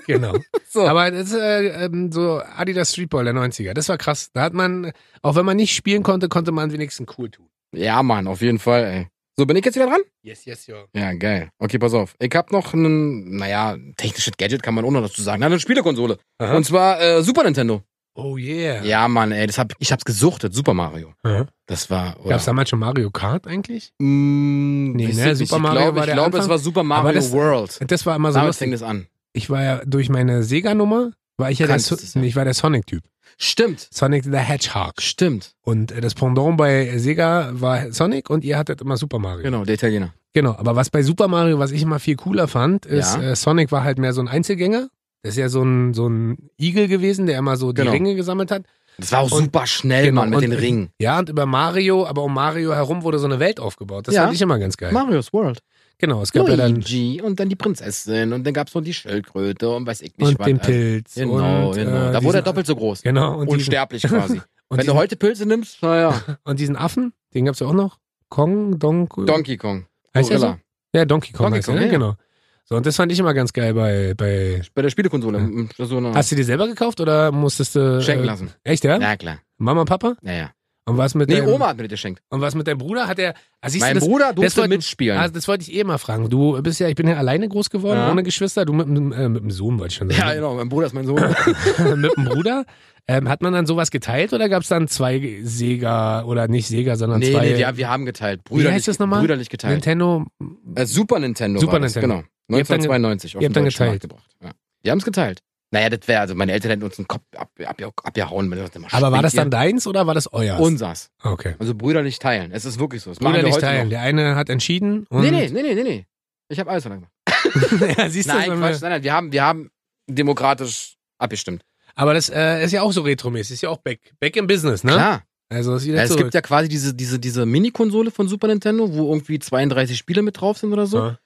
S1: genau.
S2: ne? So.
S1: Aber das ist äh, ähm, so Adidas Streetball der 90er. Das war krass. Da hat man, auch wenn man nicht spielen konnte, konnte man wenigstens cool tun.
S2: Ja, Mann, auf jeden Fall, ey. So, bin ich jetzt wieder dran?
S1: Yes, yes, ja.
S2: Ja, geil. Okay, pass auf. Ich hab noch einen, naja, technisches Gadget kann man auch noch dazu sagen. Na, eine Spielekonsole.
S1: Aha.
S2: Und zwar äh, Super Nintendo.
S1: Oh yeah.
S2: Ja, Mann, ey, das hab, ich hab's gesuchtet, Super Mario.
S1: Aha.
S2: Das war, oder?
S1: Gab es damals schon Mario Kart eigentlich?
S2: Mm,
S1: Nee,
S2: weiß
S1: ne,
S2: ich nicht.
S1: Super
S2: ich
S1: Mario
S2: glaube,
S1: war
S2: ich
S1: der
S2: glaube es
S1: Anfang.
S2: war Super
S1: Aber
S2: Mario
S1: das-
S2: World.
S1: Und das war immer so
S2: Damit fing
S1: lustig.
S2: das an.
S1: Ich war ja durch meine Sega-Nummer, war ich ja der,
S2: Kanntest
S1: so
S2: es ja.
S1: nee, ich war der Sonic-Typ.
S2: Sonic. Stimmt,
S1: Sonic the Hedgehog.
S2: stimmt.
S1: Und äh, das Pendant bei Sega war Sonic und ihr hattet immer Super Mario.
S2: Genau, der Italiener.
S1: Genau, aber was bei Super Mario, was ich immer viel cooler fand, ist,
S2: Ja.
S1: äh, Sonic war halt mehr so ein Einzelgänger. Das ist ja so ein, so ein Igel gewesen, der immer so die
S2: Genau.
S1: Ringe gesammelt hat.
S2: Das war auch
S1: Und-
S2: super schnell,
S1: genau,
S2: Mann, mit
S1: und-
S2: den Ringen.
S1: Ja, und über Mario, aber um Mario herum wurde so eine Welt aufgebaut. Das
S2: Ja.
S1: fand ich immer ganz geil.
S2: Mario's World.
S1: genau, es gab ja dann
S2: Luigi und dann die Prinzessin und dann gab's noch die Schildkröte und weiß ich nicht
S1: und
S2: was.
S1: den
S2: Also,
S1: Pilz.
S2: Genau,
S1: und,
S2: genau.
S1: Äh,
S2: da wurde er
S1: diesen-
S2: doppelt so groß.
S1: Genau, und diesen,
S2: Unsterblich quasi.
S1: und
S2: Wenn du
S1: diesen,
S2: heute Pilze nimmst, naja,
S1: Und diesen Affen, den gab's ja auch noch. Kong, Don
S2: Donkey Kong.
S1: heißt der so?
S2: Gorilla.
S1: Ja, Donkey Kong
S2: Donkey
S1: heißt der,
S2: Kong,
S1: ne?
S2: ja.
S1: genau. So, und das fand ich immer ganz geil bei, bei.
S2: Bei der Spielekonsole. m- So eine
S1: Hast du dir selber gekauft oder musstest du.
S2: schenken
S1: Äh,
S2: lassen.
S1: echt, ja?
S2: Ja, klar.
S1: Mama, Papa?
S2: Naja.
S1: Und was mit
S2: Nee,
S1: deinem,
S2: Oma hat mir das geschenkt.
S1: Und was mit deinem Bruder? Hat er. Ah, siehst
S2: Mein
S1: du das?
S2: Bruder durfte
S1: wollte-
S2: mitspielen.
S1: Ah, das wollte ich eh mal fragen. Du bist ja, ich bin ja alleine groß geworden,
S2: Ja.
S1: ohne Geschwister. Du mit, dem- äh, mit dem Sohn, wollte ich schon
S2: ja,
S1: sagen.
S2: genau. Mein Bruder ist mein Sohn.
S1: mit dem Bruder. Ähm, hat man dann sowas geteilt oder gab's dann zwei Sega oder nicht Sega, sondern
S2: nee,
S1: zwei
S2: nee, wir, wir haben geteilt. Brüderlich,
S1: heißt das nochmal?
S2: Brüderlich geteilt.
S1: Nintendo?
S2: Äh, Super Nintendo.
S1: Super
S2: war das,
S1: Nintendo.
S2: Genau.
S1: Ihr habt dann ge-
S2: 1992 auf
S1: ihr
S2: den
S1: habt dann
S2: deutschen Markt
S1: geteilt.
S2: gebracht. Ja. Wir haben es geteilt. Naja, das wäre, also meine Eltern hätten uns einen Kopf ab, ab, abgehauen. wenn das immer
S1: Aber war das dann
S2: spinnt
S1: deins oder war das
S2: ihr.
S1: euers?
S2: Unsers.
S1: Ah, okay.
S2: Also brüderlich teilen. Es ist wirklich so. Das machen wir
S1: Brüderlich
S2: heute
S1: teilen. Der eine hat entschieden
S2: Noch.
S1: und.
S2: Nee, nee, nee, nee, nee, nee. Ich habe alles so lange gemacht.
S1: ja, siehst du,
S2: Nein,
S1: wenn
S2: Quatsch,
S1: wir-
S2: nein, nein. Wir haben, wir haben demokratisch abgestimmt.
S1: aber das äh, ist ja auch so retromäßig, ist ja auch back, back in business, ne?
S2: Klar.
S1: Also ist wieder
S2: Ja, es
S1: zurück.
S2: gibt ja quasi diese, diese, diese Mini-Konsole von Super Nintendo, wo irgendwie 32 Spiele mit drauf sind oder so.
S1: Ja.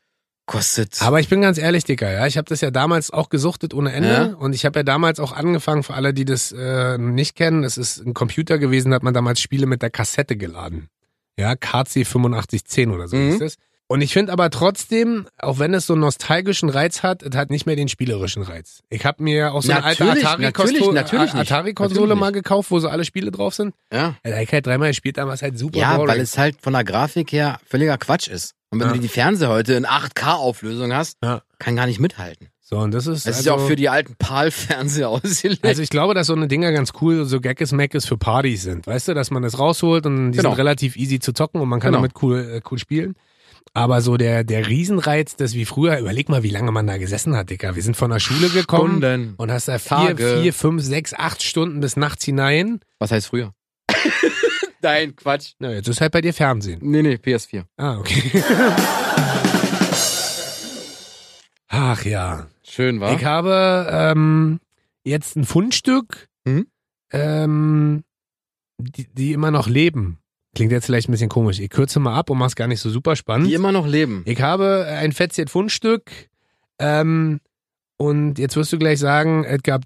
S2: kostet.
S1: Aber ich bin ganz ehrlich, Dicker, ja, ich habe das ja damals auch gesuchtet ohne Ende
S2: Ja.
S1: und ich habe ja damals auch angefangen, für alle, die das äh, nicht kennen, es ist ein Computer gewesen, da hat man damals Spiele mit der Kassette geladen. Ja, KC 8510 oder so
S2: Mhm.
S1: ist es. Und ich finde aber trotzdem, auch wenn es so einen nostalgischen Reiz hat, es hat nicht mehr den spielerischen Reiz. Ich habe mir auch so eine
S2: Natürlich,
S1: alte
S2: natürlich,
S1: Atari-Konsole
S2: natürlich nicht.
S1: Atari Konsole
S2: Natürlich
S1: mal gekauft, wo so alle Spiele drauf sind.
S2: ja,
S1: Da hab ich halt dreimal gespielt, damals halt super
S2: ja
S1: boring.
S2: weil es halt von der Grafik her völliger Quatsch ist. Und wenn
S1: Ja.
S2: du die Fernseher heute in 8K-Auflösung hast,
S1: Ja.
S2: kann gar nicht mithalten.
S1: so, und das ist
S2: Das ist ja
S1: also-
S2: auch für die alten PAL-Fernseher ausgelegt.
S1: Also ich glaube, dass so eine Dinger ganz cool, so Gackes Mackes für Partys sind. Weißt du, dass man das rausholt und die
S2: Genau.
S1: sind relativ easy zu zocken und man kann
S2: Genau.
S1: damit cool, äh, cool spielen. Aber so der, der Riesenreiz, das wie früher, überleg mal, wie lange man da gesessen hat, Dicker. Wir sind von der Schule gekommen
S2: Stunden.
S1: und hast da vier,
S2: Tage.
S1: vier, fünf, sechs, acht Stunden bis nachts hinein.
S2: Was heißt früher? Nein, Quatsch.
S1: Na, jetzt ist halt bei dir Fernsehen.
S2: Nee, nee, PS4.
S1: Ah, okay. Ach ja.
S2: Schön, war.
S1: Ich habe ähm, jetzt ein Fundstück,
S2: Mhm.
S1: ähm, die, die immer noch leben. Klingt jetzt vielleicht ein bisschen komisch. Ich kürze mal ab und mach's gar nicht so super spannend.
S2: Die immer noch leben.
S1: ich habe ein Fetzchen Fundstück ähm, und jetzt wirst du gleich sagen, es gab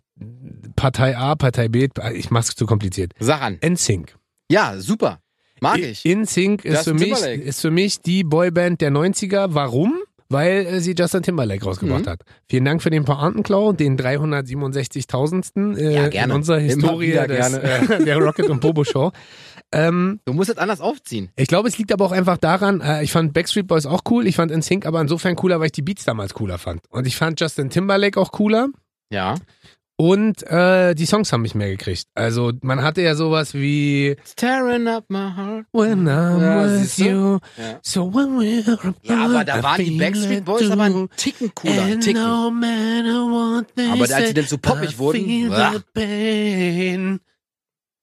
S1: Partei A, Partei B, ich mach's zu kompliziert.
S2: Sag an.
S1: NSYNC.
S2: Ja, super. Mag ich.
S1: NSYNC ist für,
S2: Justin
S1: mich,
S2: Timberlake.
S1: ist für mich die Boyband der 90er. Warum? Weil äh, sie Justin Timberlake rausgebracht
S2: Mhm.
S1: hat. Vielen Dank für den Pointenklau, den 367.000. Äh,
S2: Ja, gerne.
S1: In unserer
S2: Immer
S1: Historie
S2: wieder
S1: des,
S2: gerne.
S1: Äh, der Rocket und Bobo Show. Ähm,
S2: Du musst es anders aufziehen.
S1: ich glaube, es liegt aber auch einfach daran, äh, ich fand Backstreet Boys auch cool, ich fand NSYNC aber insofern cooler, weil ich die Beats damals cooler fand. Und ich fand Justin Timberlake auch cooler.
S2: Ja.
S1: Und äh, die Songs haben mich mehr gekriegt. Also man hatte ja sowas wie
S2: It's tearing up my heart.
S1: When I'm
S2: Ja,
S1: with
S2: siehst du?
S1: you,
S2: Ja.
S1: So when we're
S2: Ja, aber da waren die Backstreet Boys aber einen Ticken cooler. Einen Ticken. Aber als sie dann so poppig wurden.
S1: ah.
S2: blah.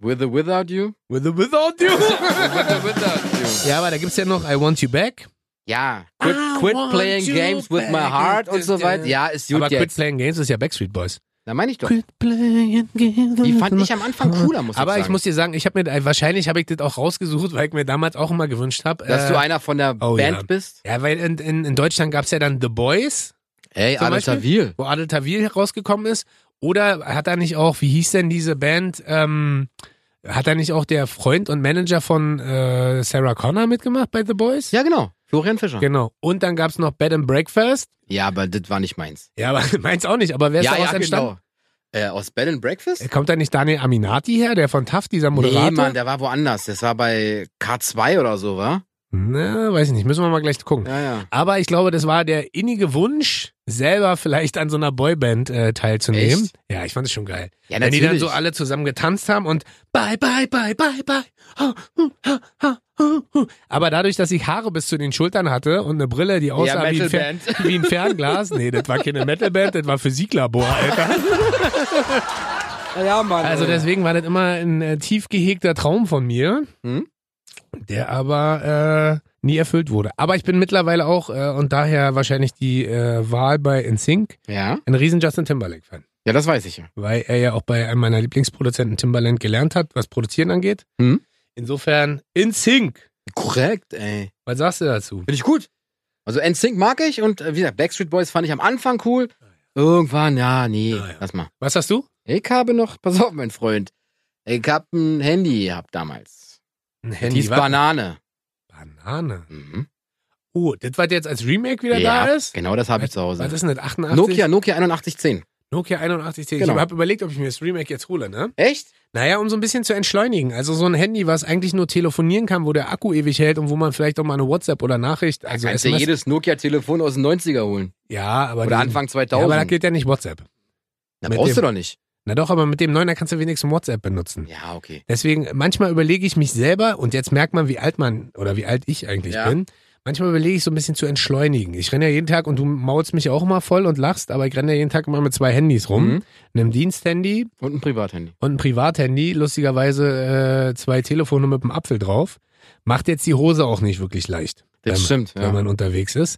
S2: With the without you.
S1: With or without you.
S2: With the without you.
S1: ja, aber da gibt's ja noch I Want You Back.
S2: Ja. Quit,
S1: I
S2: quit
S1: want
S2: playing
S1: you
S2: games with my
S1: back.
S2: heart und so weiter. Ja, ist gut
S1: aber Quit
S2: jetzt.
S1: Playing Games ist ja Backstreet Boys.
S2: Da meine ich doch.
S1: Quit playing games.
S2: Die fand ich am Anfang cooler, muss ich
S1: aber
S2: sagen.
S1: ich muss dir sagen, ich habe mir wahrscheinlich habe ich das auch rausgesucht, weil ich mir damals auch immer gewünscht habe,
S2: Dass du einer von der
S1: oh
S2: Band
S1: ja.
S2: bist.
S1: ja, weil in, in, in Deutschland gab's ja dann The Boys
S2: Ey,
S1: Zum
S2: Adel
S1: Beispiel?
S2: Tawil.
S1: wo Adel Tawil rausgekommen ist? Oder hat er nicht auch, wie hieß denn diese Band, ähm, hat er nicht auch der Freund und Manager von äh, Sarah Connor mitgemacht bei The Boys?
S2: Ja, genau. Florian Fischer.
S1: Genau. Und dann gab's noch Bed and Breakfast.
S2: Ja, aber das war nicht meins.
S1: Ja, aber meins auch nicht, aber wer ist
S2: ja,
S1: daraus
S2: ja,
S1: entstanden?
S2: genau. Äh, aus Bed and Breakfast?
S1: Kommt da nicht Daniel Aminati her, der von TAF, dieser Moderator?
S2: Nee, Mann, der war woanders. Das war bei K2 oder so, wa?
S1: Na, weiß ich nicht, müssen wir mal gleich gucken.
S2: Ja, ja.
S1: Aber ich glaube, das war der innige Wunsch, selber vielleicht an so einer Boyband äh, teilzunehmen.
S2: Echt?
S1: Ja, ich fand es schon geil.
S2: Ja,
S1: Wenn die
S2: natürlich.
S1: dann so alle zusammen getanzt haben und bye, bye, bye, bye, bye. Ha, hu, ha, ha, hu, hu. Aber dadurch, dass ich Haare bis zu den Schultern hatte und eine Brille, die aussah wie, ein Fer-
S2: Metalband.
S1: wie ein Fernglas. Nee, das war keine Metalband, das war Physiklabor, Alter.
S2: ja, Mann.
S1: Also deswegen war das immer ein äh, tief gehegter Traum von mir,
S2: Hm?
S1: der aber äh, nie erfüllt wurde. Aber ich bin mittlerweile auch äh, und daher wahrscheinlich die äh, Wahl bei InSync
S2: Ja?
S1: ein riesen Justin Timberlake-Fan.
S2: Ja, das weiß ich ja.
S1: weil er ja auch bei einem meiner Lieblingsproduzenten Timbaland gelernt hat, was Produzieren angeht.
S2: Mhm.
S1: Insofern in Sync.
S2: Korrekt, ey.
S1: Was sagst du dazu?
S2: Finde ich gut. Also NSYNC mag ich und äh, wie gesagt, Backstreet Boys fand ich am Anfang cool. Irgendwann, ja, nee,
S1: Ja, ja.
S2: lass mal.
S1: Was hast du?
S2: Ich habe noch, pass auf, mein Freund. Ich hab ein Handy gehabt damals.
S1: Ein
S2: Die ist
S1: wa-
S2: Banane.
S1: Banane.
S2: Mhm.
S1: Oh, das war jetzt als Remake wieder
S2: ja,
S1: da ist?
S2: genau das habe ich zu
S1: Was
S2: Hause.
S1: ist denn das? 88?
S2: Nokia, Nokia 8110.
S1: Nokia 8110.
S2: Genau.
S1: Ich habe überlegt, ob ich mir das Remake jetzt hole, ne?
S2: Echt?
S1: Naja, um so ein bisschen zu entschleunigen. Also so ein Handy, was eigentlich nur telefonieren kann, wo der Akku ewig hält und wo man vielleicht auch mal eine WhatsApp oder Nachricht, also
S2: Kannst dir
S1: SMS
S2: jedes Nokia-Telefon aus den 90er holen.
S1: ja, aber
S2: Oder
S1: die-
S2: Anfang
S1: ja,
S2: 2000.
S1: aber da geht ja nicht WhatsApp.
S2: Na,
S1: mit
S2: brauchst
S1: dem-
S2: du doch nicht.
S1: Na doch, aber mit dem neuen, da kannst du wenigstens WhatsApp benutzen.
S2: Ja, okay.
S1: Deswegen, manchmal überlege ich mich selber, und jetzt merkt man, wie alt man oder wie alt ich eigentlich
S2: Ja.
S1: bin. Manchmal überlege ich so ein bisschen zu entschleunigen. Ich renne ja jeden Tag und du maulst mich ja auch immer voll und lachst, aber ich renne ja jeden Tag immer mit zwei Handys rum.
S2: Mhm.
S1: Einem Diensthandy
S2: Und ein Privathandy.
S1: und einem Privathandy, lustigerweise äh, zwei Telefone mit einem Apfel drauf. Macht jetzt die Hose auch nicht wirklich leicht,
S2: Das
S1: Wenn-
S2: stimmt. Ja.
S1: wenn man unterwegs ist.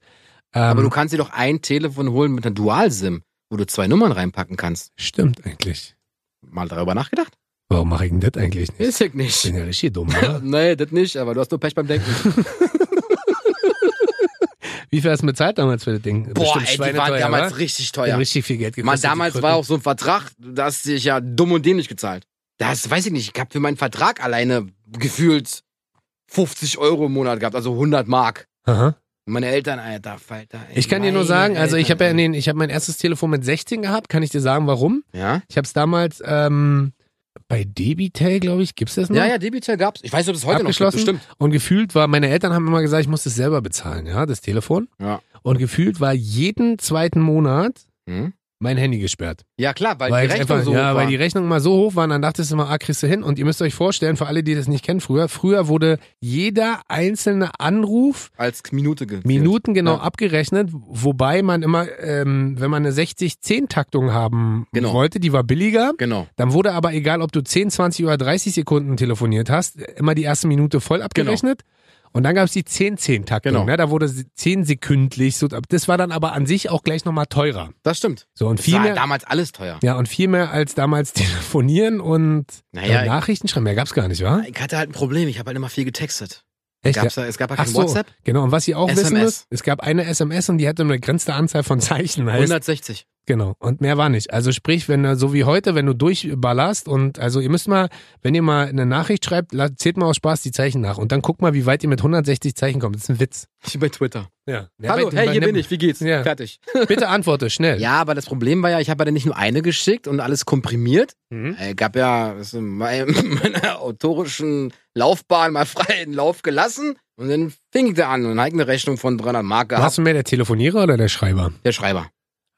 S1: Ähm,
S2: Aber du kannst dir doch ein Telefon holen mit einer Dual-SIM, wo du zwei Nummern reinpacken kannst.
S1: stimmt eigentlich.
S2: Mal darüber nachgedacht?
S1: Warum mache ich denn das eigentlich nicht?
S2: Ist ich
S1: Ich
S2: nicht.
S1: bin ja richtig dumm, oder?
S2: Nee, das nicht, aber du hast nur Pech beim Denken.
S1: Wie viel hast du bezahlt damals für das Ding?
S2: Boah, ey, die waren
S1: schweineteuer,
S2: damals
S1: wa?
S2: richtig
S1: Die haben
S2: teuer.
S1: richtig viel Geld
S2: Man,
S1: gekostet.
S2: damals
S1: die
S2: war
S1: Krücken.
S2: auch so ein Vertrag, da hast du dich ja dumm und dämlich gezahlt. Das weiß ich nicht. Ich habe für meinen Vertrag alleine gefühlt 50 Euro im Monat gehabt, also 100 Mark.
S1: Aha.
S2: Und Meine Eltern, alter Falter. ey,
S1: Ich kann dir nur
S2: meine
S1: sagen, also ich habe ja in
S2: Eltern,
S1: den, ich habe mein erstes Telefon mit 16 gehabt. Kann ich dir sagen, warum?
S2: ey. Ja?
S1: Ich habe es damals ähm, bei Debitel, glaube ich, gibt's das noch?
S2: Ja, ja, Debitel gab's. Ich weiß, ob es heute
S1: Abgeschlossen?
S2: noch gibt. Bestimmt.
S1: Und gefühlt war, meine Eltern haben immer gesagt, ich muss das selber bezahlen, ja, das Telefon.
S2: Ja.
S1: Und gefühlt war jeden zweiten Monat
S2: Hm?
S1: mein Handy gesperrt.
S2: Ja, klar, weil,
S1: Weil,
S2: die
S1: es
S2: Rechnung
S1: einfach,
S2: so
S1: ja,
S2: hoch
S1: weil
S2: war.
S1: die Rechnungen mal so hoch waren, dann dachtest du immer, ah, kriegst du hin. Und ihr müsst euch vorstellen, für alle, die das nicht kennen früher, früher wurde jeder einzelne Anruf
S2: als Minute gezählt.
S1: Minuten genau
S2: Ja.
S1: abgerechnet, wobei man immer, ähm, wenn man eine 60-10-Taktung haben
S2: Genau.
S1: wollte, die war billiger,
S2: Genau.
S1: dann wurde aber egal, ob du 10, 20 oder 30 Sekunden telefoniert hast, immer die erste Minute voll abgerechnet. Und dann gab es die 10-10-Taktung.
S2: Genau.
S1: Ne? Da wurde sie 10 sekündlich. So, das war dann aber an sich auch gleich nochmal teurer.
S2: Das stimmt.
S1: So und
S2: Das
S1: viel
S2: war
S1: mehr,
S2: damals alles teuer.
S1: ja, und viel mehr als damals telefonieren und
S2: Naja,
S1: äh, Nachrichten schreiben. Mehr gab's gar nicht, wa?
S2: Ich hatte halt ein Problem. Ich habe halt immer viel getextet.
S1: Echt?
S2: Gab's da, es gab halt
S1: Ach
S2: kein
S1: so.
S2: WhatsApp.
S1: Genau. Und was ihr auch wissen
S2: SMS.
S1: müsst, es gab eine SMS und die hatte eine begrenzte Anzahl von Zeichen. Heißt,
S2: 160.
S1: Genau, und mehr war nicht. Also sprich, wenn du, so wie heute, wenn du durchballerst und also ihr müsst mal, wenn ihr mal eine Nachricht schreibt, la- zählt mal aus Spaß die Zeichen nach und dann guck mal, wie weit ihr mit 160 Zeichen kommt. Das ist ein Witz.
S2: Wie bei Twitter.
S1: Ja.
S2: Hallo, hey, hier bin ich. Wie geht's?
S1: Ja.
S2: Fertig.
S1: Bitte antworte, schnell.
S2: Ja, aber das Problem war ja, ich habe ja dann nicht nur eine geschickt und alles komprimiert.
S1: Mhm.
S2: Äh, gab ja das in mein- meiner autorischen Laufbahn mal freien Lauf gelassen. Und dann fing ich da an und hatte eine Rechnung von 300 Mark gehabt.
S1: Warst du mehr der Telefonierer oder der Schreiber?
S2: Der Schreiber.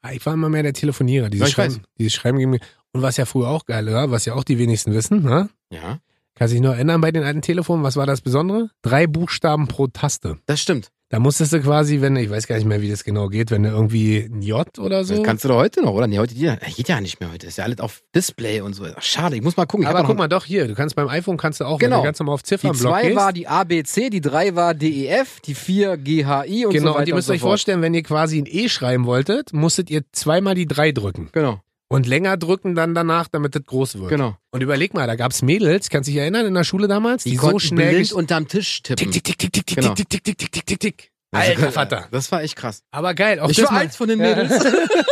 S1: Ah, Ich war immer mehr der Telefonierer. Dieses
S2: Ja, ich weiß.
S1: Schreiben, dieses Schreiben gegen mich. Und was ja früher auch geil war, was ja auch die wenigsten wissen, ne?
S2: Ja,
S1: Kann sich noch erinnern bei den alten Telefonen, was war das Besondere? Drei Buchstaben pro Taste.
S2: das stimmt.
S1: Da musstest du quasi, wenn, ich weiß gar nicht mehr, wie das genau geht, wenn du irgendwie ein J oder so.
S2: Das kannst du doch heute noch, oder? Nee, heute geht ja, geht ja nicht mehr heute. Ist ja alles auf Display und so. Ach, Schade, ich muss mal gucken. Ich
S1: Aber
S2: hab auch
S1: guck
S2: noch-
S1: mal, doch hier, du kannst beim iPhone kannst du auch, wenn
S2: Genau.
S1: du ganz normal auf
S2: Die
S1: Ziffernblock
S2: 2
S1: gehst.
S2: war die ABC, die 3 war DEF, die 4 GHI und so
S1: genau,
S2: weiter.
S1: und ihr müsst
S2: so
S1: euch
S2: fort.
S1: vorstellen, wenn ihr quasi ein E schreiben wolltet, musstet ihr zweimal die 3 drücken.
S2: Genau,
S1: Und länger drücken dann danach, damit das groß wird.
S2: genau.
S1: Und überleg mal, da gab's Mädels, kannst du dich erinnern, in der Schule damals, die, so
S2: konnten
S1: schnell...
S2: blind
S1: gesch-
S2: unterm Tisch tippen.
S1: Tick, tick, tick, tick, tick, tick,
S2: Genau.
S1: tick, tick, tick, tick, tick, tick, tick.
S2: Also,
S1: Alter
S2: äh,
S1: Vater.
S2: Das war echt krass.
S1: Aber geil, auch
S2: ich
S1: das
S2: war
S1: mal,
S2: eins von den Mädels.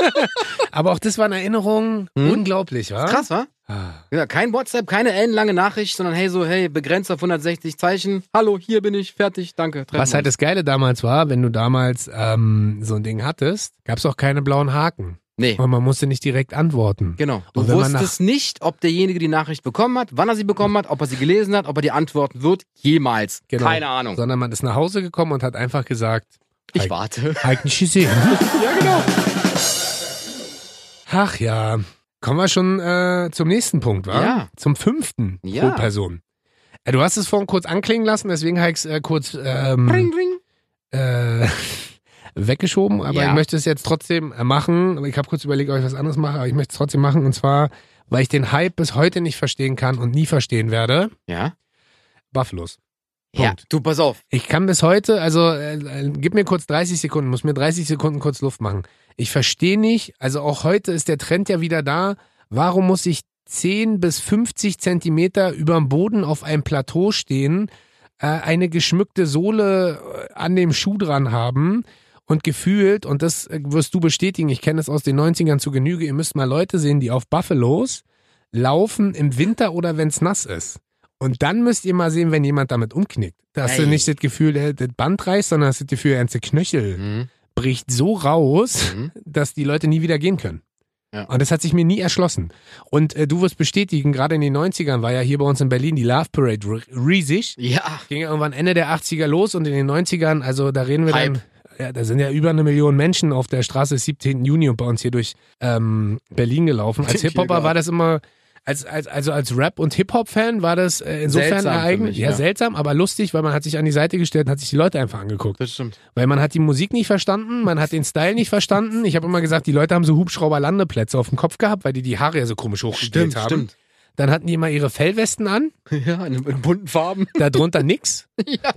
S1: aber auch das waren Erinnerungen,
S2: Hm?
S1: unglaublich, wa?
S2: krass, wa?
S1: Ah.
S2: Ja, kein WhatsApp, keine ellenlange Nachricht, sondern hey, so, hey, begrenzt auf 160 Zeichen. Hallo, hier bin ich, fertig, danke. treffen
S1: Was halt
S2: uns.
S1: das Geile damals war, wenn du damals ähm, so ein Ding hattest, gab's auch keine blauen Haken.
S2: Nee,
S1: Und man musste nicht direkt antworten.
S2: genau. Du
S1: Und wenn man
S2: wusstest nicht, ob derjenige die Nachricht bekommen hat, wann er sie bekommen hat, ob er sie gelesen hat, ob er die antworten wird, jemals.
S1: Genau.
S2: Keine Ahnung.
S1: Sondern man ist nach Hause gekommen und hat einfach gesagt,
S2: Ich warte.
S1: halt nicht gesehen.
S2: ja, genau.
S1: Ach ja. Kommen wir schon äh, zum nächsten Punkt, wa?
S2: Ja.
S1: Zum fünften
S2: Ja.
S1: pro Person. Äh, Du hast es vorhin kurz anklingen lassen, deswegen habe ich es äh, kurz ähm,
S2: Ring, ring.
S1: äh, weggeschoben, aber
S2: Ja.
S1: ich möchte es jetzt trotzdem äh, machen. Aber Ich habe kurz überlegt, ob ich was anderes mache, aber ich möchte es trotzdem machen. Und zwar, weil ich den Hype bis heute nicht verstehen kann und nie verstehen werde.
S2: Ja.
S1: Buffalos.
S2: ja.
S1: Punkt.
S2: Du, pass auf.
S1: Ich kann bis heute, also äh, äh, gib mir kurz 30 Sekunden, muss mir 30 Sekunden kurz Luft machen. Ich verstehe nicht, also auch heute ist der Trend ja wieder da, warum muss ich 10 bis 50 Zentimeter über dem Boden auf einem Plateau stehen, äh, eine geschmückte Sohle äh, an dem Schuh dran haben und gefühlt, und das äh, wirst du bestätigen, ich kenne es aus den 90ern zu Genüge, ihr müsst mal Leute sehen, die auf Buffalos laufen im Winter oder wenn's nass ist. Und dann müsst ihr mal sehen, wenn jemand damit umknickt. Da hast du
S2: Ey.
S1: nicht das Gefühl, der das Band reißt, sondern hast das Gefühl, der ganze Knöchel bricht so raus,
S2: Mhm.
S1: dass die Leute nie wieder gehen können.
S2: Ja.
S1: Und das hat sich mir nie erschlossen. Und äh, du wirst bestätigen, gerade in den 90ern war ja hier bei uns in Berlin die Love Parade ri- riesig.
S2: Ja.
S1: Ging ja irgendwann Ende der 80er los und in den 90ern, also da reden wir
S2: Hype.
S1: dann, ja, da sind ja über eine Million Menschen auf der Straße des 17. Juni und bei uns hier durch ähm, Berlin gelaufen. Als
S2: Hier
S1: Hip-Hopper
S2: gerade.
S1: war das immer, als, als, also als Rap- und Hip-Hop-Fan war das äh, insofern
S2: Seltsam für
S1: ereignet.
S2: mich,
S1: Ja,
S2: ja.
S1: seltsam, aber lustig, weil man hat sich an die Seite gestellt und hat sich die Leute einfach angeguckt.
S2: Das stimmt.
S1: Weil man hat die Musik nicht verstanden, man hat den Style nicht verstanden. Ich habe immer gesagt, die Leute haben so Hubschrauber-Landeplätze auf dem Kopf gehabt, weil die die Haare ja so komisch hochgestellt
S2: Stimmt,
S1: haben.
S2: stimmt.
S1: Dann hatten die immer ihre Fellwesten an,
S2: Ja, in, in bunten Farben.
S1: darunter nix.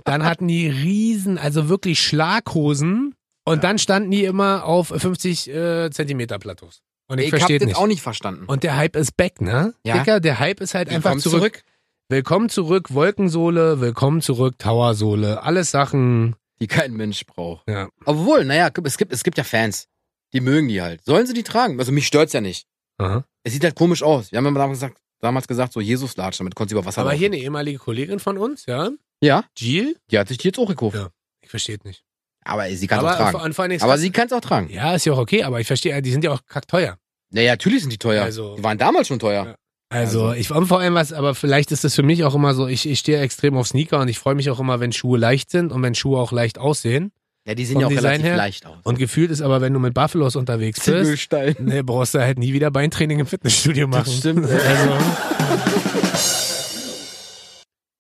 S1: Dann hatten die riesen, also wirklich Schlaghosen. Und dann standen die immer auf 50 äh, Zentimeter Plateaus. Und ich,
S2: ich hab
S1: verstehe
S2: das
S1: nicht.
S2: auch nicht verstanden.
S1: Und der Hype ist back, ne?
S2: Ja.
S1: Dicker, der Hype ist halt einfach
S2: Kommst
S1: zurück. Willkommen zurück, Wolkensohle, willkommen zurück, Towersohle, alles Sachen,
S2: die kein Mensch braucht.
S1: Ja.
S2: Obwohl, naja, guck, es gibt, es gibt ja Fans. Die mögen die halt. Sollen sie die tragen? Also mich stört's ja nicht.
S1: Aha.
S2: Es sieht halt komisch aus. Wir haben ja damals gesagt, damals gesagt so Jesus-Latsch, damit konnte sie über Wasser
S1: Aber
S2: laufen.
S1: hier eine ehemalige Kollegin von uns, ja,
S2: Ja,
S1: Jill,
S2: die hat sich die jetzt auch gekauft.
S1: Ja. ich verstehe es nicht.
S2: Aber sie kann es
S1: aber
S2: auch tragen.
S1: vor- und vor allen Dingen,
S2: Aber sie kann es auch tragen.
S1: ja, ist ja auch okay, aber ich verstehe, die sind ja auch kackteuer.
S2: Naja, natürlich sind die teuer.
S1: Also-
S2: die waren damals schon teuer.
S1: Ja. Also,
S2: Also-
S1: ich und vor allem was, aber vielleicht ist es für mich auch immer so, ich, ich stehe extrem auf Sneaker und ich freue mich auch immer, wenn Schuhe leicht sind und wenn Schuhe auch leicht aussehen.
S2: Ja, die sehen
S1: Vom
S2: ja auch
S1: Design
S2: relativ
S1: her.
S2: leicht aus.
S1: Und gefühlt ist aber, wenn du mit Buffalos unterwegs bist,
S2: Ziegelstein.
S1: ne, brauchst du halt nie wieder Beintraining im Fitnessstudio machen.
S2: Das stimmt.
S1: Also.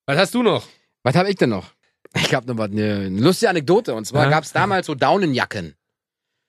S1: Was hast du noch?
S2: Was habe ich denn noch? Ich habe noch was, ne, eine lustige Anekdote. Und zwar
S1: Ja.
S2: gab es damals so Daunenjacken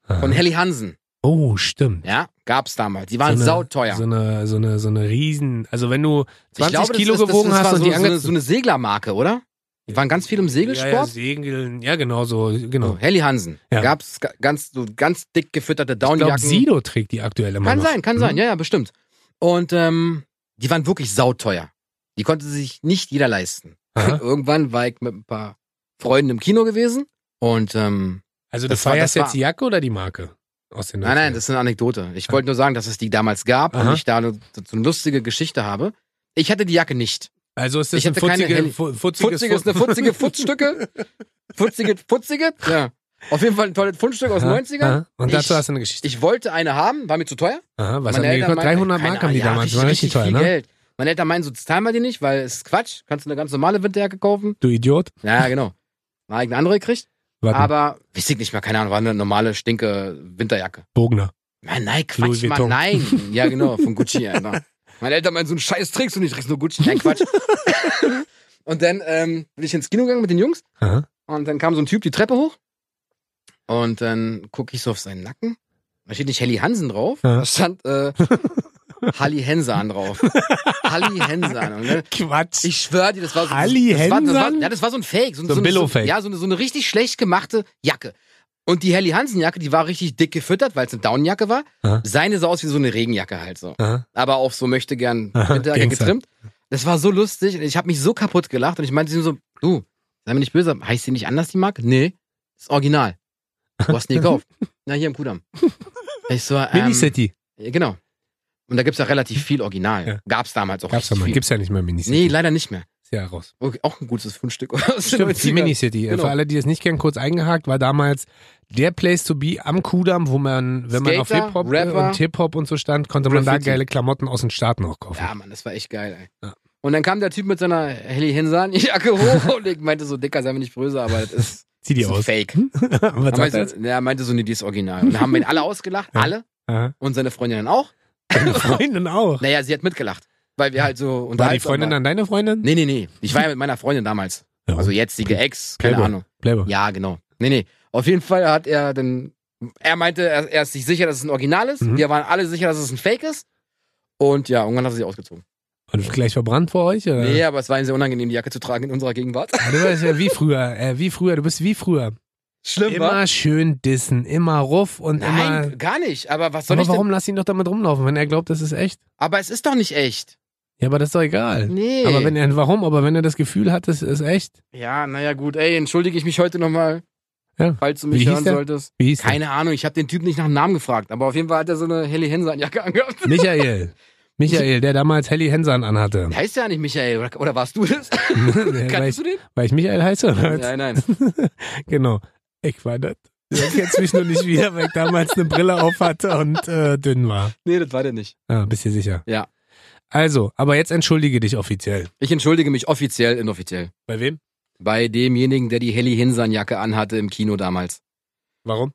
S2: von Helly Hansen.
S1: Oh, stimmt.
S2: Ja, gab es damals. Die waren sauteuer.
S1: So eine, so eine, so eine Riesen. Also wenn du 20
S2: das
S1: Kilo
S2: ist- das-
S1: gewogen
S2: das
S1: hast
S2: war
S1: und
S2: so,
S1: die
S2: so, eine, so
S1: angezogen
S2: eine Seglermarke, oder? Die waren ganz viel im Segelsport. Oh.
S1: Ja, ja, Segeln. Ja, genau so. Genau.
S2: So, Helly Hansen.
S1: Ja.
S2: Gab's ga- ganz, so ganz dick gefütterte
S1: Ich glaube,
S2: Daunenjacken.
S1: Sido trägt die aktuelle
S2: kann sein,
S1: Mhm.
S2: kann sein. Ja, ja, bestimmt. Und ähm, die waren wirklich sauteuer. Die konnte sich nicht jeder leisten.
S1: Aha.
S2: Irgendwann war ich mit ein paar Freunden im Kino gewesen und ähm,
S1: Also
S2: Das
S1: du
S2: war-
S1: feierst
S2: das war-
S1: jetzt die Jacke oder die Marke? Aus den
S2: Nein,
S1: 90ern?
S2: nein, das ist eine Anekdote. Ich wollte nur sagen, dass es die damals gab
S1: Aha.
S2: und ich da so so eine lustige Geschichte habe. Ich hatte die Jacke nicht.
S1: Also ist das
S2: Ich
S1: ein
S2: hatte keine
S1: futzige,
S2: Heli-
S1: fu- futziges,
S2: Futzige ist eine futzige Futzstücke. Futzige, futzige. Ja. Auf jeden Fall ein tolles Fundstück aus den 90ern.
S1: Aha. Und dazu
S2: Ich-
S1: hast du eine Geschichte.
S2: Ich wollte eine haben, war mir zu teuer.
S1: Aha, was haben
S2: Meine
S1: die
S2: Eltern
S1: gekostet?
S2: meinten-
S1: 300
S2: keine
S1: Mark haben
S2: Ahnung,
S1: die
S2: ja,
S1: damals. Das war richtig teuer,
S2: viel
S1: ne?
S2: Geld. Meine Eltern meinen so, das zahlen wir dir nicht, weil es ist Quatsch. Kannst du eine ganz normale Winterjacke kaufen?
S1: Du Idiot.
S2: Ja, genau. Na, ich eine andere gekriegt.
S1: Warte,
S2: Aber, weiß ich nicht mehr, keine Ahnung, war eine normale, stinke Winterjacke.
S1: Bogner.
S2: Nein, nein,
S1: Louis
S2: Quatsch, Mann,
S1: Vuitton.
S2: nein. Ja, genau, von Gucci, Alter. Meine Eltern meinen, so einen Scheiß trägst du nicht, trägst nur Gucci. Nein, Quatsch. und dann ähm, bin ich ins Kino gegangen mit den Jungs
S1: Aha.
S2: und dann kam so ein Typ die Treppe hoch und dann gucke ich so auf seinen Nacken. Da steht nicht Helly Hansen drauf,
S1: Ja.
S2: da stand äh, Halli Hensan drauf. Halli Hensan. Und dann,
S1: Quatsch.
S2: ich schwör dir, das war so
S1: Halli
S2: das war, das war,
S1: Hensan?
S2: Ja, das war so ein Fake. So,
S1: So ein
S2: so, so,
S1: Billo-Fake.
S2: ja, so eine, so eine richtig schlecht gemachte Jacke. Und die Helly Hansen-Jacke, die war richtig dick gefüttert, weil es eine Downjacke war.
S1: Aha.
S2: Seine sah aus wie so eine Regenjacke halt so.
S1: Aha.
S2: Aber auch so möchte gern
S1: Aha,
S2: Winterjacke
S1: Gangster.
S2: getrimmt. Das war so lustig. und Ich habe mich so kaputt gelacht und ich meinte zu ihm so, du, sei mir nicht böse, heißt die nicht anders, die Marke? Nee, ist original. Du hast die gekauft. Na, hier im Kudamm. Ich so, ähm,
S1: Minicity.
S2: ja, Genau. Und da gibt's ja relativ viel Original.
S1: Ja.
S2: Gab's damals auch
S1: Gab's ja
S2: richtig
S1: mal.
S2: viel.
S1: Gibt's ja nicht mehr
S2: Nee,
S1: Minicity.
S2: leider nicht mehr.
S1: Ist ja raus.
S2: Okay, auch ein gutes Fundstück aus den
S1: Stimmt, die
S2: 90ern.
S1: Minicity.
S2: Genau.
S1: Für alle, die es nicht kennen, kurz eingehakt, war damals der Place to be am Kudamm, wo man, wenn man auf
S2: Skater,
S1: Hip-Hop äh,
S2: Rapper,
S1: und Hip-Hop und so stand, konnte man da
S2: Graffiti.
S1: geile Klamotten aus den Staaten auch kaufen.
S2: Ja, Mann, das war echt geil, ey.
S1: Ja.
S2: Und dann kam der Typ mit seiner Helly Hensan Jacke hoch und ich meinte so, Dicker, sei mir nicht böse, aber das ist,
S1: Zieh die
S2: das ist ein
S1: aus. Hm?
S2: Fake.
S1: Was sagt er
S2: Er meinte,
S1: jetzt?
S2: ja, er meinte so, nee, die ist original. Und dann haben wir ihn alle ausgelacht,
S1: Ja.
S2: alle.
S1: Aha.
S2: Und seine Freundin dann auch.
S1: Deine Freundin auch.
S2: Naja, sie hat mitgelacht. Weil wir halt so
S1: War die
S2: unterhaltsam
S1: Freundin dann
S2: waren.
S1: deine Freundin?
S2: Nee, nee, nee. Ich war ja mit meiner Freundin damals.
S1: Ja.
S2: Also jetzige Ex, keine
S1: Playboy.
S2: Ahnung.
S1: Playboy.
S2: Ja, genau. Nee, nee. Auf jeden Fall hat er dann. Er meinte, er, er ist sich sicher, dass es ein Original ist.
S1: Mhm.
S2: Wir waren alle sicher, dass es ein Fake ist. Und ja, irgendwann hat er sich ausgezogen.
S1: Und gleich verbrannt vor euch? Oder?
S2: Nee, aber es war ihm sehr unangenehm, die Jacke zu tragen in unserer Gegenwart.
S1: Ja, Du bist ja wie früher, äh, wie früher, du bist wie früher.
S2: Schlimm, wa?
S1: Immer schön dissen, immer ruff und
S2: Nein,
S1: immer.
S2: gar nicht. Aber was soll
S1: Aber
S2: ich denn?
S1: warum lass ihn doch damit rumlaufen, wenn er glaubt, das ist echt?
S2: Aber es ist doch nicht echt.
S1: Ja, aber das ist doch egal.
S2: Nee.
S1: Aber wenn er, warum? Aber wenn er das Gefühl hat, es ist echt.
S2: ja, naja, gut. Ey, entschuldige ich mich heute nochmal.
S1: Ja.
S2: Falls du
S1: Wie
S2: mich
S1: hieß
S2: hören
S1: der?
S2: solltest.
S1: Wie hieß
S2: Keine Ahnung, ich habe den Typen nicht nach dem Namen gefragt. Aber auf jeden Fall hat er so eine Helly Hensan-Jacke angehabt.
S1: der? Michael. Michael, der damals Helly Hensan anhatte.
S2: Heißt ja nicht Michael. oder- Oder warst du das?
S1: weil,
S2: Kannst
S1: ich,
S2: du den?
S1: weil ich Michael heiße? oder was?
S2: Nein, nein.
S1: Genau. Ich war das. Du kennst mich nur nicht wieder, weil ich damals eine Brille auf hatte und äh, dünn war.
S2: Nee, das war der nicht.
S1: Ah, bist du sicher?
S2: Ja.
S1: Also, aber jetzt entschuldige dich offiziell.
S2: Ich entschuldige mich offiziell, inoffiziell.
S1: Bei wem?
S2: Bei demjenigen, der die Helly Hinsan-Jacke anhatte im Kino damals.
S1: Warum?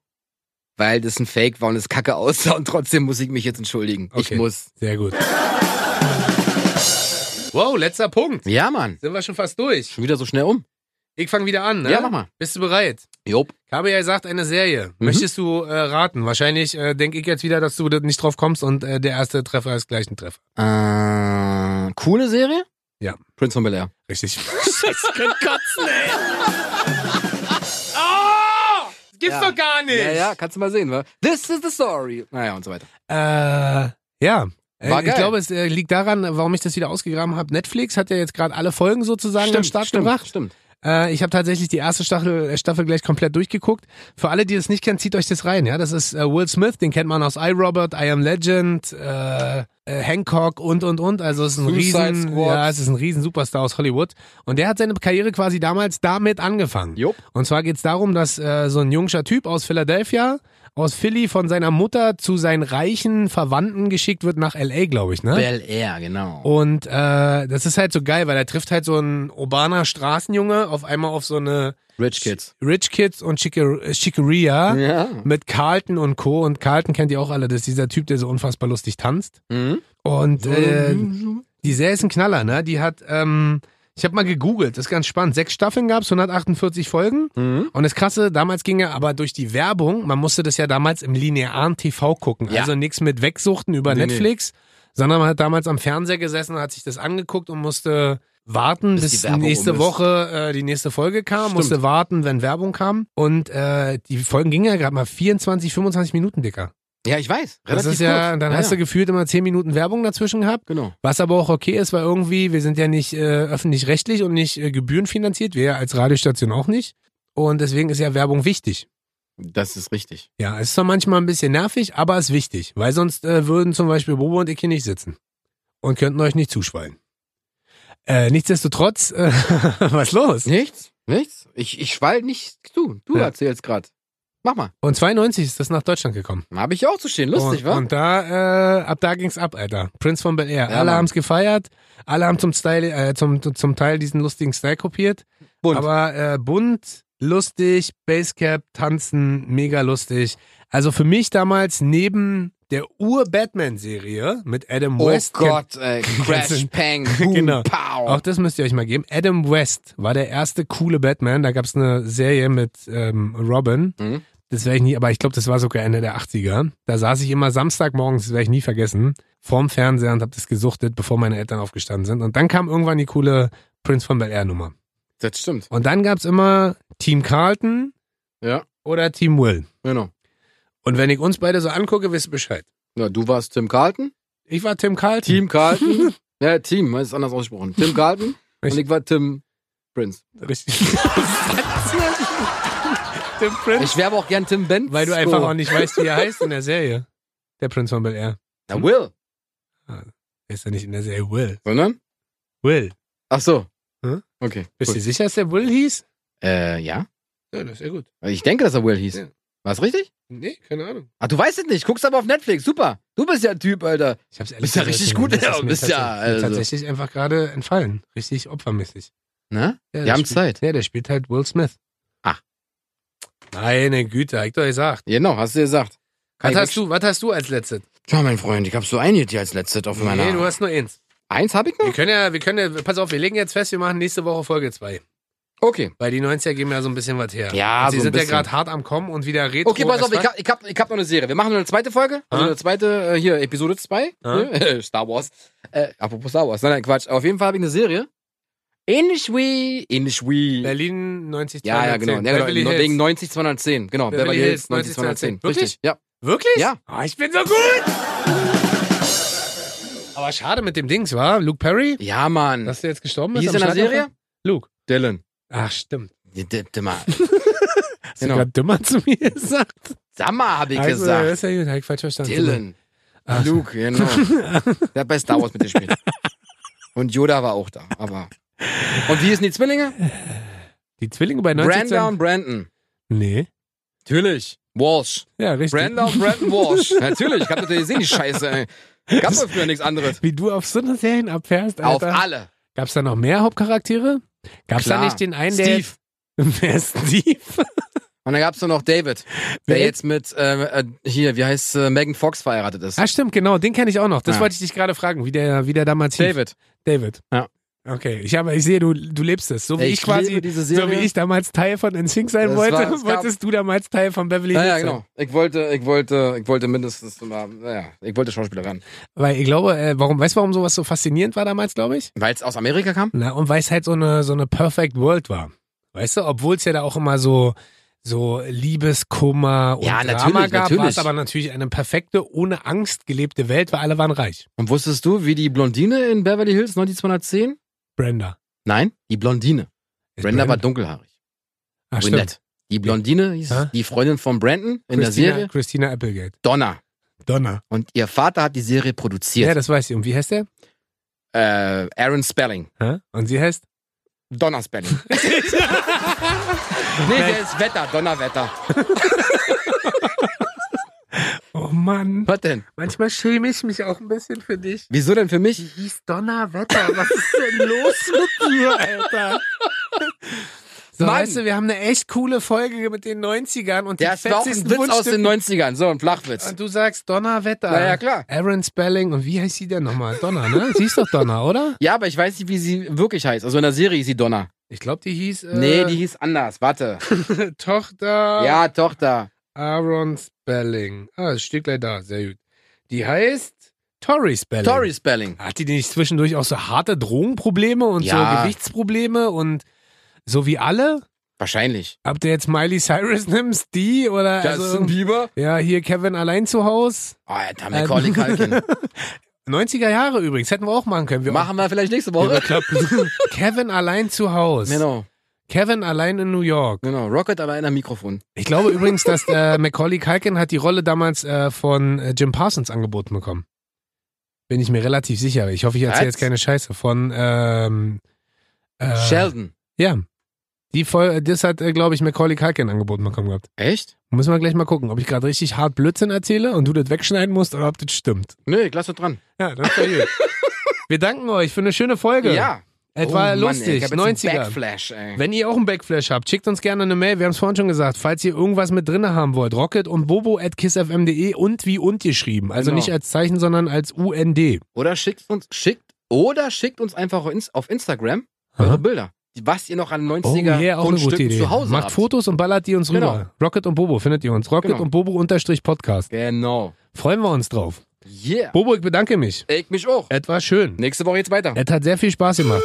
S2: Weil das ein Fake war und es kacke aussah und trotzdem muss ich mich jetzt entschuldigen.
S1: Okay.
S2: Ich muss.
S1: Sehr gut. Wow, letzter Punkt.
S2: Ja, Mann.
S1: Sind wir schon fast durch.
S2: Schon wieder so schnell um.
S1: Ich fange wieder an, ne?
S2: Ja, mach mal. Mhm.
S1: Bist du bereit?
S2: Job.
S1: Kabeja sagt eine Serie. Möchtest du äh, raten? Wahrscheinlich äh, denke ich jetzt wieder, dass du da nicht drauf kommst und äh, der erste Treffer ist gleich ein Treffer.
S2: Äh, coole Serie?
S1: Ja.
S2: Prince von Bel-Air.
S1: Richtig. Scheiße, ich könnte kotzen, ey. Oh, das gibt's
S2: Ja.
S1: doch gar nicht.
S2: Ja, ja, kannst du mal sehen, wa? This is the story. Naja, und so weiter.
S1: Äh, ja. Äh,
S2: War
S1: ich
S2: geil.
S1: glaube, es äh, liegt daran, warum ich das wieder ausgegraben habe. Netflix hat ja jetzt gerade alle Folgen sozusagen am Start
S2: stimmt,
S1: gebracht.
S2: stimmt.
S1: Äh, ich habe tatsächlich die erste Staffel, äh, Staffel gleich komplett durchgeguckt. Für alle, die das nicht kennen, zieht euch das rein. Ja, das ist äh, Will Smith, den kennt man aus I Robot, I Am Legend, äh, äh, Hancock und und und. Also es ist ein
S2: Suicide
S1: riesen,
S2: Squad.
S1: ja, es ist ein riesen Superstar aus Hollywood. Und der hat seine Karriere quasi damals damit angefangen.
S2: Jupp.
S1: Und zwar geht's darum, dass äh, so ein jungscher Typ aus Philadelphia, aus Philly, von seiner Mutter zu seinen reichen Verwandten geschickt wird nach L.A., glaube ich, ne?
S2: Bel Air, genau.
S1: Und äh, das ist halt so geil, weil er trifft halt so einen urbaner Straßenjunge auf einmal auf so eine
S2: Rich Kids.
S1: Rich Kids und Chicker- äh, Chicoria
S2: Ja.
S1: mit Carlton und Co. Und Carlton kennt ihr auch alle, das ist dieser Typ, der so unfassbar lustig tanzt.
S2: Mhm.
S1: Und äh, die Serie ist ein Knaller, ne? Die hat, ähm, ich habe mal gegoogelt, das ist ganz spannend. Sechs Staffeln gab's, 148 Folgen.
S2: Mhm.
S1: Und das Krasse, damals ging er aber durch die Werbung, man musste das ja damals im linearen TV gucken.
S2: Ja.
S1: Also nichts mit Wegsuchten über
S2: Nee, nee.
S1: Netflix, sondern man hat damals am Fernseher gesessen und hat sich das angeguckt und musste warten,
S2: Bis die
S1: bis,
S2: Werbung
S1: nächste
S2: um ist.
S1: Woche äh, die nächste Folge kam,
S2: Stimmt.
S1: musste warten, wenn Werbung kam. Und äh, die Folgen gingen ja gerade mal 24, 25 Minuten dicker.
S2: Ja, ich weiß.
S1: Das ist ja, dann hast du gefühlt immer 10 Minuten Werbung dazwischen gehabt.
S2: Genau.
S1: Was aber auch okay ist, weil irgendwie, wir sind ja nicht äh, öffentlich-rechtlich und nicht äh, gebührenfinanziert, wir als Radiostation auch nicht. Und deswegen ist ja Werbung wichtig.
S2: Das ist richtig.
S1: Ja, es ist zwar manchmal ein bisschen nervig, aber ist wichtig, weil sonst äh, würden zum Beispiel Bobo und ich hier nicht sitzen und könnten euch nicht zuschwallen. Äh, nichtsdestotrotz, äh, was los?
S2: Nichts? Nichts? Ich, ich schwall nicht zu. Du
S1: Ja.
S2: erzählst gerade. Mach mal.
S1: Und 92 ist das nach Deutschland gekommen.
S2: Habe ich auch zu stehen. Lustig,
S1: und,
S2: wa?
S1: Und da, äh, ab da ging's ab, Alter. Prince von Bel Air.
S2: Ja,
S1: alle
S2: Mann.
S1: haben's gefeiert, alle haben zum Style, äh, zum, zum Teil diesen lustigen Style kopiert.
S2: Bunt.
S1: Aber äh, bunt, lustig, Basecap, tanzen, mega lustig. Also für mich damals neben der Ur-Batman-Serie mit Adam
S2: oh
S1: West.
S2: Gott, ey. Crash,
S1: Ganzen-
S2: Pang, Boom,
S1: Genau. Auch
S2: Pow.
S1: das müsst ihr euch mal geben. Adam West war der erste coole Batman. Da gab's eine Serie mit ähm, Robin.
S2: Mhm.
S1: Das werde ich nie, aber ich glaube, das war sogar Ende der 80er. Da saß ich immer Samstagmorgens, das werde ich nie vergessen, vorm Fernseher und habe das gesuchtet, bevor meine Eltern aufgestanden sind. Und dann kam irgendwann die coole Prince von Bel Air Nummer.
S2: Das stimmt.
S1: Und dann gab's immer Team Carlton
S2: Ja,
S1: oder Team Will.
S2: genau.
S1: Und wenn ich uns beide so angucke, wisst ihr Bescheid.
S2: Ja, du warst Tim Carlton.
S1: Ich war Tim Carlton.
S2: Team Carlton. ja, Team, ist anders ausgesprochen. Tim Carlton.
S1: Ich-
S2: Und ich war Tim Prince.
S1: Richtig. Tim Prince.
S2: Ich werbe auch gern Tim Benz. Oh.
S1: Weil du einfach auch nicht weißt, wie er heißt in der Serie. Der Prinz von Bel Air.
S2: Na, Will.
S1: Er ist ja nicht in der Serie Will.
S2: Sondern?
S1: Will.
S2: Ach so.
S1: Hm?
S2: Okay.
S1: Bist
S2: gut.
S1: du sicher, dass der Will hieß?
S2: Äh, ja.
S1: Ja, das ist ja gut.
S2: Ich denke, dass er Will hieß.
S1: Ja.
S2: War's richtig?
S1: Nee, keine Ahnung.
S2: Ach, du weißt es nicht. Guckst aber auf Netflix. Super. Du bist ja ein Typ, Alter.
S1: Ich hab's ehrlich
S2: Bist ja
S1: gesagt
S2: richtig
S1: nicht.
S2: gut,
S1: Das
S2: ja,
S1: ist mir
S2: bist ja,
S1: tatsächlich- mir
S2: also.
S1: tatsächlich einfach gerade entfallen. Richtig opfermäßig.
S2: Ne?
S1: Ja,
S2: Wir
S1: der
S2: haben
S1: spielt-
S2: Zeit.
S1: Ja, der spielt halt Will Smith.
S2: Ah.
S1: Meine Güte, hab ich doch gesagt.
S2: Genau, hast du dir gesagt.
S1: Was
S2: ich
S1: hast, du, was hast du als letztes?
S2: Tja, mein Freund, ich hab so einige hier als letztes auf meiner. Hm.
S1: Nee, du hast nur eins.
S2: Eins hab ich
S1: Wir
S2: noch?
S1: können ja, wir können ja, pass auf, wir legen jetzt fest, wir machen nächste Woche Folge 2.
S2: Okay.
S1: Weil die 90er geben ja so ein bisschen was her.
S2: Ja,
S1: und sie
S2: so ein
S1: sind
S2: bisschen.
S1: ja gerade hart am Kommen und wieder Retro.
S2: Okay, pass auf,
S1: as
S2: ich hab, ich, hab, ich hab noch eine Serie. Wir machen noch eine zweite Folge. Also
S1: Ah.
S2: eine zweite, äh, hier, Episode 2.
S1: Ah.
S2: Star Wars. Äh, apropos Star Wars. Nein, nein, Quatsch. Auf jeden Fall hab ich eine Serie. Ähnlich wie. Ähnlich wie.
S1: Berlin 90
S2: ja, ja, genau. Ja, genau.
S1: Beverly Hills.
S2: Wegen 90 210. Genau.
S1: Beverly
S2: Beverly
S1: Hills,
S2: Hills 90 210.
S1: 90,
S2: Richtig. Ja.
S1: Wirklich?
S2: Ja.
S1: Ah, ich bin so gut! Aber schade mit dem Dings, war Luke Perry,
S2: Ja, Mann.
S1: dass der jetzt gestorben
S2: Wie
S1: ist.
S2: hieß
S1: am
S2: denn der
S1: Schlaganfall?
S2: Serie?
S1: Luke.
S2: Dylan.
S1: Ach, stimmt.
S2: D- d- Dimmer.
S1: Hast
S2: Genau.
S1: du gerade dümmer zu mir gesagt?
S2: Sammer habe ich
S1: Also,
S2: gesagt.
S1: Das ist ja gut, hab ich falsch verstanden.
S2: Dylan.
S1: Ach.
S2: Luke, genau. Der hat bei Star Wars mitgespielt. Und Yoda war auch da, aber. Und wie hießen die Zwillinge?
S1: Die Zwillinge bei 90
S2: Brandon und Brandon.
S1: Nee.
S2: Natürlich. Walsh.
S1: Ja, richtig.
S2: Brandon und Brandon Walsh. Natürlich. Ich hab natürlich gesehen, die Scheiße, ey. Gab's doch früher nichts anderes.
S1: Wie du auf so eine Serien abfährst,
S2: Auf
S1: Alter.
S2: alle.
S1: Gab's da noch mehr Hauptcharaktere? Gab's
S2: Klar.
S1: da nicht den einen, der...
S2: Steve.
S1: Wer ist Steve?
S2: Und dann gab's nur noch David, der
S1: Wer ist-
S2: jetzt mit, äh, äh, hier, wie heißt äh, Megan Fox verheiratet ist.
S1: Ah, stimmt, genau. Den kenne ich auch noch. Das
S2: Ja.
S1: wollte ich dich gerade fragen, wie der, wie der damals hieß.
S2: David.
S1: David.
S2: Ja.
S1: Okay, ich, habe, ich sehe, du, du lebst es. So wie ich, quasi,
S2: liebe diese
S1: so wie ich damals Teil von NSYNC sein
S2: Das
S1: wollte,
S2: war- es gab-
S1: wolltest du damals Teil von Beverly
S2: Ja,
S1: Hills
S2: ja,
S1: sein.
S2: genau. Ich wollte, ich wollte, ich wollte mindestens mal, naja, ich wollte Schauspieler werden.
S1: Weil ich glaube, äh, warum, weißt du, warum sowas so faszinierend war damals, glaube ich?
S2: Weil es aus Amerika kam?
S1: Na, und weil es halt so eine, so eine Perfect World war. Weißt du, obwohl es ja da auch immer so, so Liebeskummer und
S2: Ja,
S1: Drama
S2: natürlich,
S1: gab, war
S2: natürlich.
S1: es aber natürlich eine perfekte, ohne Angst gelebte Welt, weil alle waren reich.
S2: Und wusstest du, wie die Blondine in Beverly Hills 90210?
S1: Brenda.
S2: Nein, die Blondine.
S1: Ist
S2: Brenda war
S1: Brand-
S2: dunkelhaarig.
S1: Ah, stimmt.
S2: Brünett. Die Blondine hieß
S1: Ja.
S2: die Freundin von Brandon in
S1: Christina,
S2: der Serie.
S1: Christina Applegate.
S2: Donna.
S1: Donner.
S2: Und ihr Vater hat die Serie
S1: Ja,
S2: produziert.
S1: das weiß ich. Und wie heißt der?
S2: äh, Aaron Spelling.
S1: Hä? Und sie heißt?
S2: Donner Spelling. nee, der ist Wetter, Donnerwetter.
S1: Oh Mann.
S2: Was denn?
S1: Manchmal schäme ich mich auch ein bisschen für dich.
S2: Wieso denn für mich?
S1: hieß Donnerwetter. Was ist denn los mit dir, Alter? So,
S2: Mann.
S1: weißt du, wir haben eine echt coole Folge mit den 90ern und
S2: Der
S1: die
S2: ist auch ein
S1: 40.
S2: Witz aus den
S1: Wunschstücken.
S2: 90ern. So, ein Flachwitz.
S1: Und äh, du sagst Donnerwetter.
S2: Na ja, klar.
S1: Aaron Spelling und wie heißt sie denn nochmal? Donner, ne? Sie ist doch Donner, oder?
S2: Ja, aber ich weiß nicht, wie sie wirklich heißt. Also in der Serie hieß sie Donner.
S1: Ich glaube, die hieß äh,
S2: Nee, die hieß anders. Warte.
S1: Tochter
S2: Ja, Tochter.
S1: Aaron Spelling. Ah, es steht gleich da, sehr gut. Die heißt Tori Spelling.
S2: Tori Spelling.
S1: Hat die nicht zwischendurch auch so harte Drogenprobleme und so
S2: Ja.
S1: Gewichtsprobleme und so wie alle?
S2: Wahrscheinlich.
S1: Ob du jetzt Miley Cyrus nimmst, die oder also,
S2: Bieber?
S1: ja, hier Kevin allein zu Haus.
S2: Alter, Macaulay
S1: Ähm.
S2: Culkin.
S1: 90er Jahre übrigens, hätten wir auch machen können. Wir
S2: Machen wir vielleicht nächste
S1: wir
S2: Woche.
S1: überklappen. Kevin allein zu Haus.
S2: Genau,
S1: Kevin allein in New York.
S2: genau. Rocket allein am Mikrofon.
S1: Ich glaube übrigens, dass äh, Macaulay Culkin hat die Rolle damals äh, von äh, Jim Parsons angeboten bekommen. Bin ich mir relativ sicher. Ich hoffe, ich erzähle
S2: Was?
S1: jetzt keine Scheiße. Von ähm, äh,
S2: Sheldon.
S1: Ja. Die Voll das hat, äh, glaube ich, Macaulay Culkin angeboten bekommen gehabt.
S2: Echt?
S1: Müssen wir gleich mal gucken, ob ich gerade richtig hart Blödsinn erzähle und du das wegschneiden musst oder ob das stimmt.
S2: Nee, ich lass doch dran.
S1: Ja, das ist ja gut. Wir danken euch für eine schöne Folge.
S2: Ja.
S1: Es war
S2: Oh Mann, ey, ich
S1: lustig.
S2: hab jetzt einen
S1: 90er.
S2: Backflash, ey.
S1: Wenn ihr auch einen Backflash habt, schickt uns gerne eine Mail. Wir haben es vorhin schon gesagt. Falls ihr irgendwas mit drinne haben wollt, rocket und bobo at kissfm.de und wie und geschrieben. Also
S2: Genau.
S1: nicht als Zeichen, sondern als UND.
S2: Oder schickt uns, schickt, oder schickt uns einfach ins- auf Instagram
S1: Aha.
S2: eure Bilder. Was ihr noch an
S1: Oh
S2: 90er
S1: yeah, auch eine gute
S2: Grundstücken
S1: Idee.
S2: zu Hause
S1: Macht
S2: habt.
S1: Fotos und ballert die uns
S2: Genau.
S1: rüber. Rocket und Bobo findet ihr uns. Rocket
S2: Genau.
S1: und Bobo unterstrich Podcast.
S2: Genau.
S1: Freuen wir uns drauf.
S2: Yeah.
S1: Bobo, ich bedanke mich.
S2: Ich mich auch.
S1: Es war schön.
S2: Nächste Woche jetzt weiter.
S1: Äh, ah. Es hat sehr viel Spaß gemacht.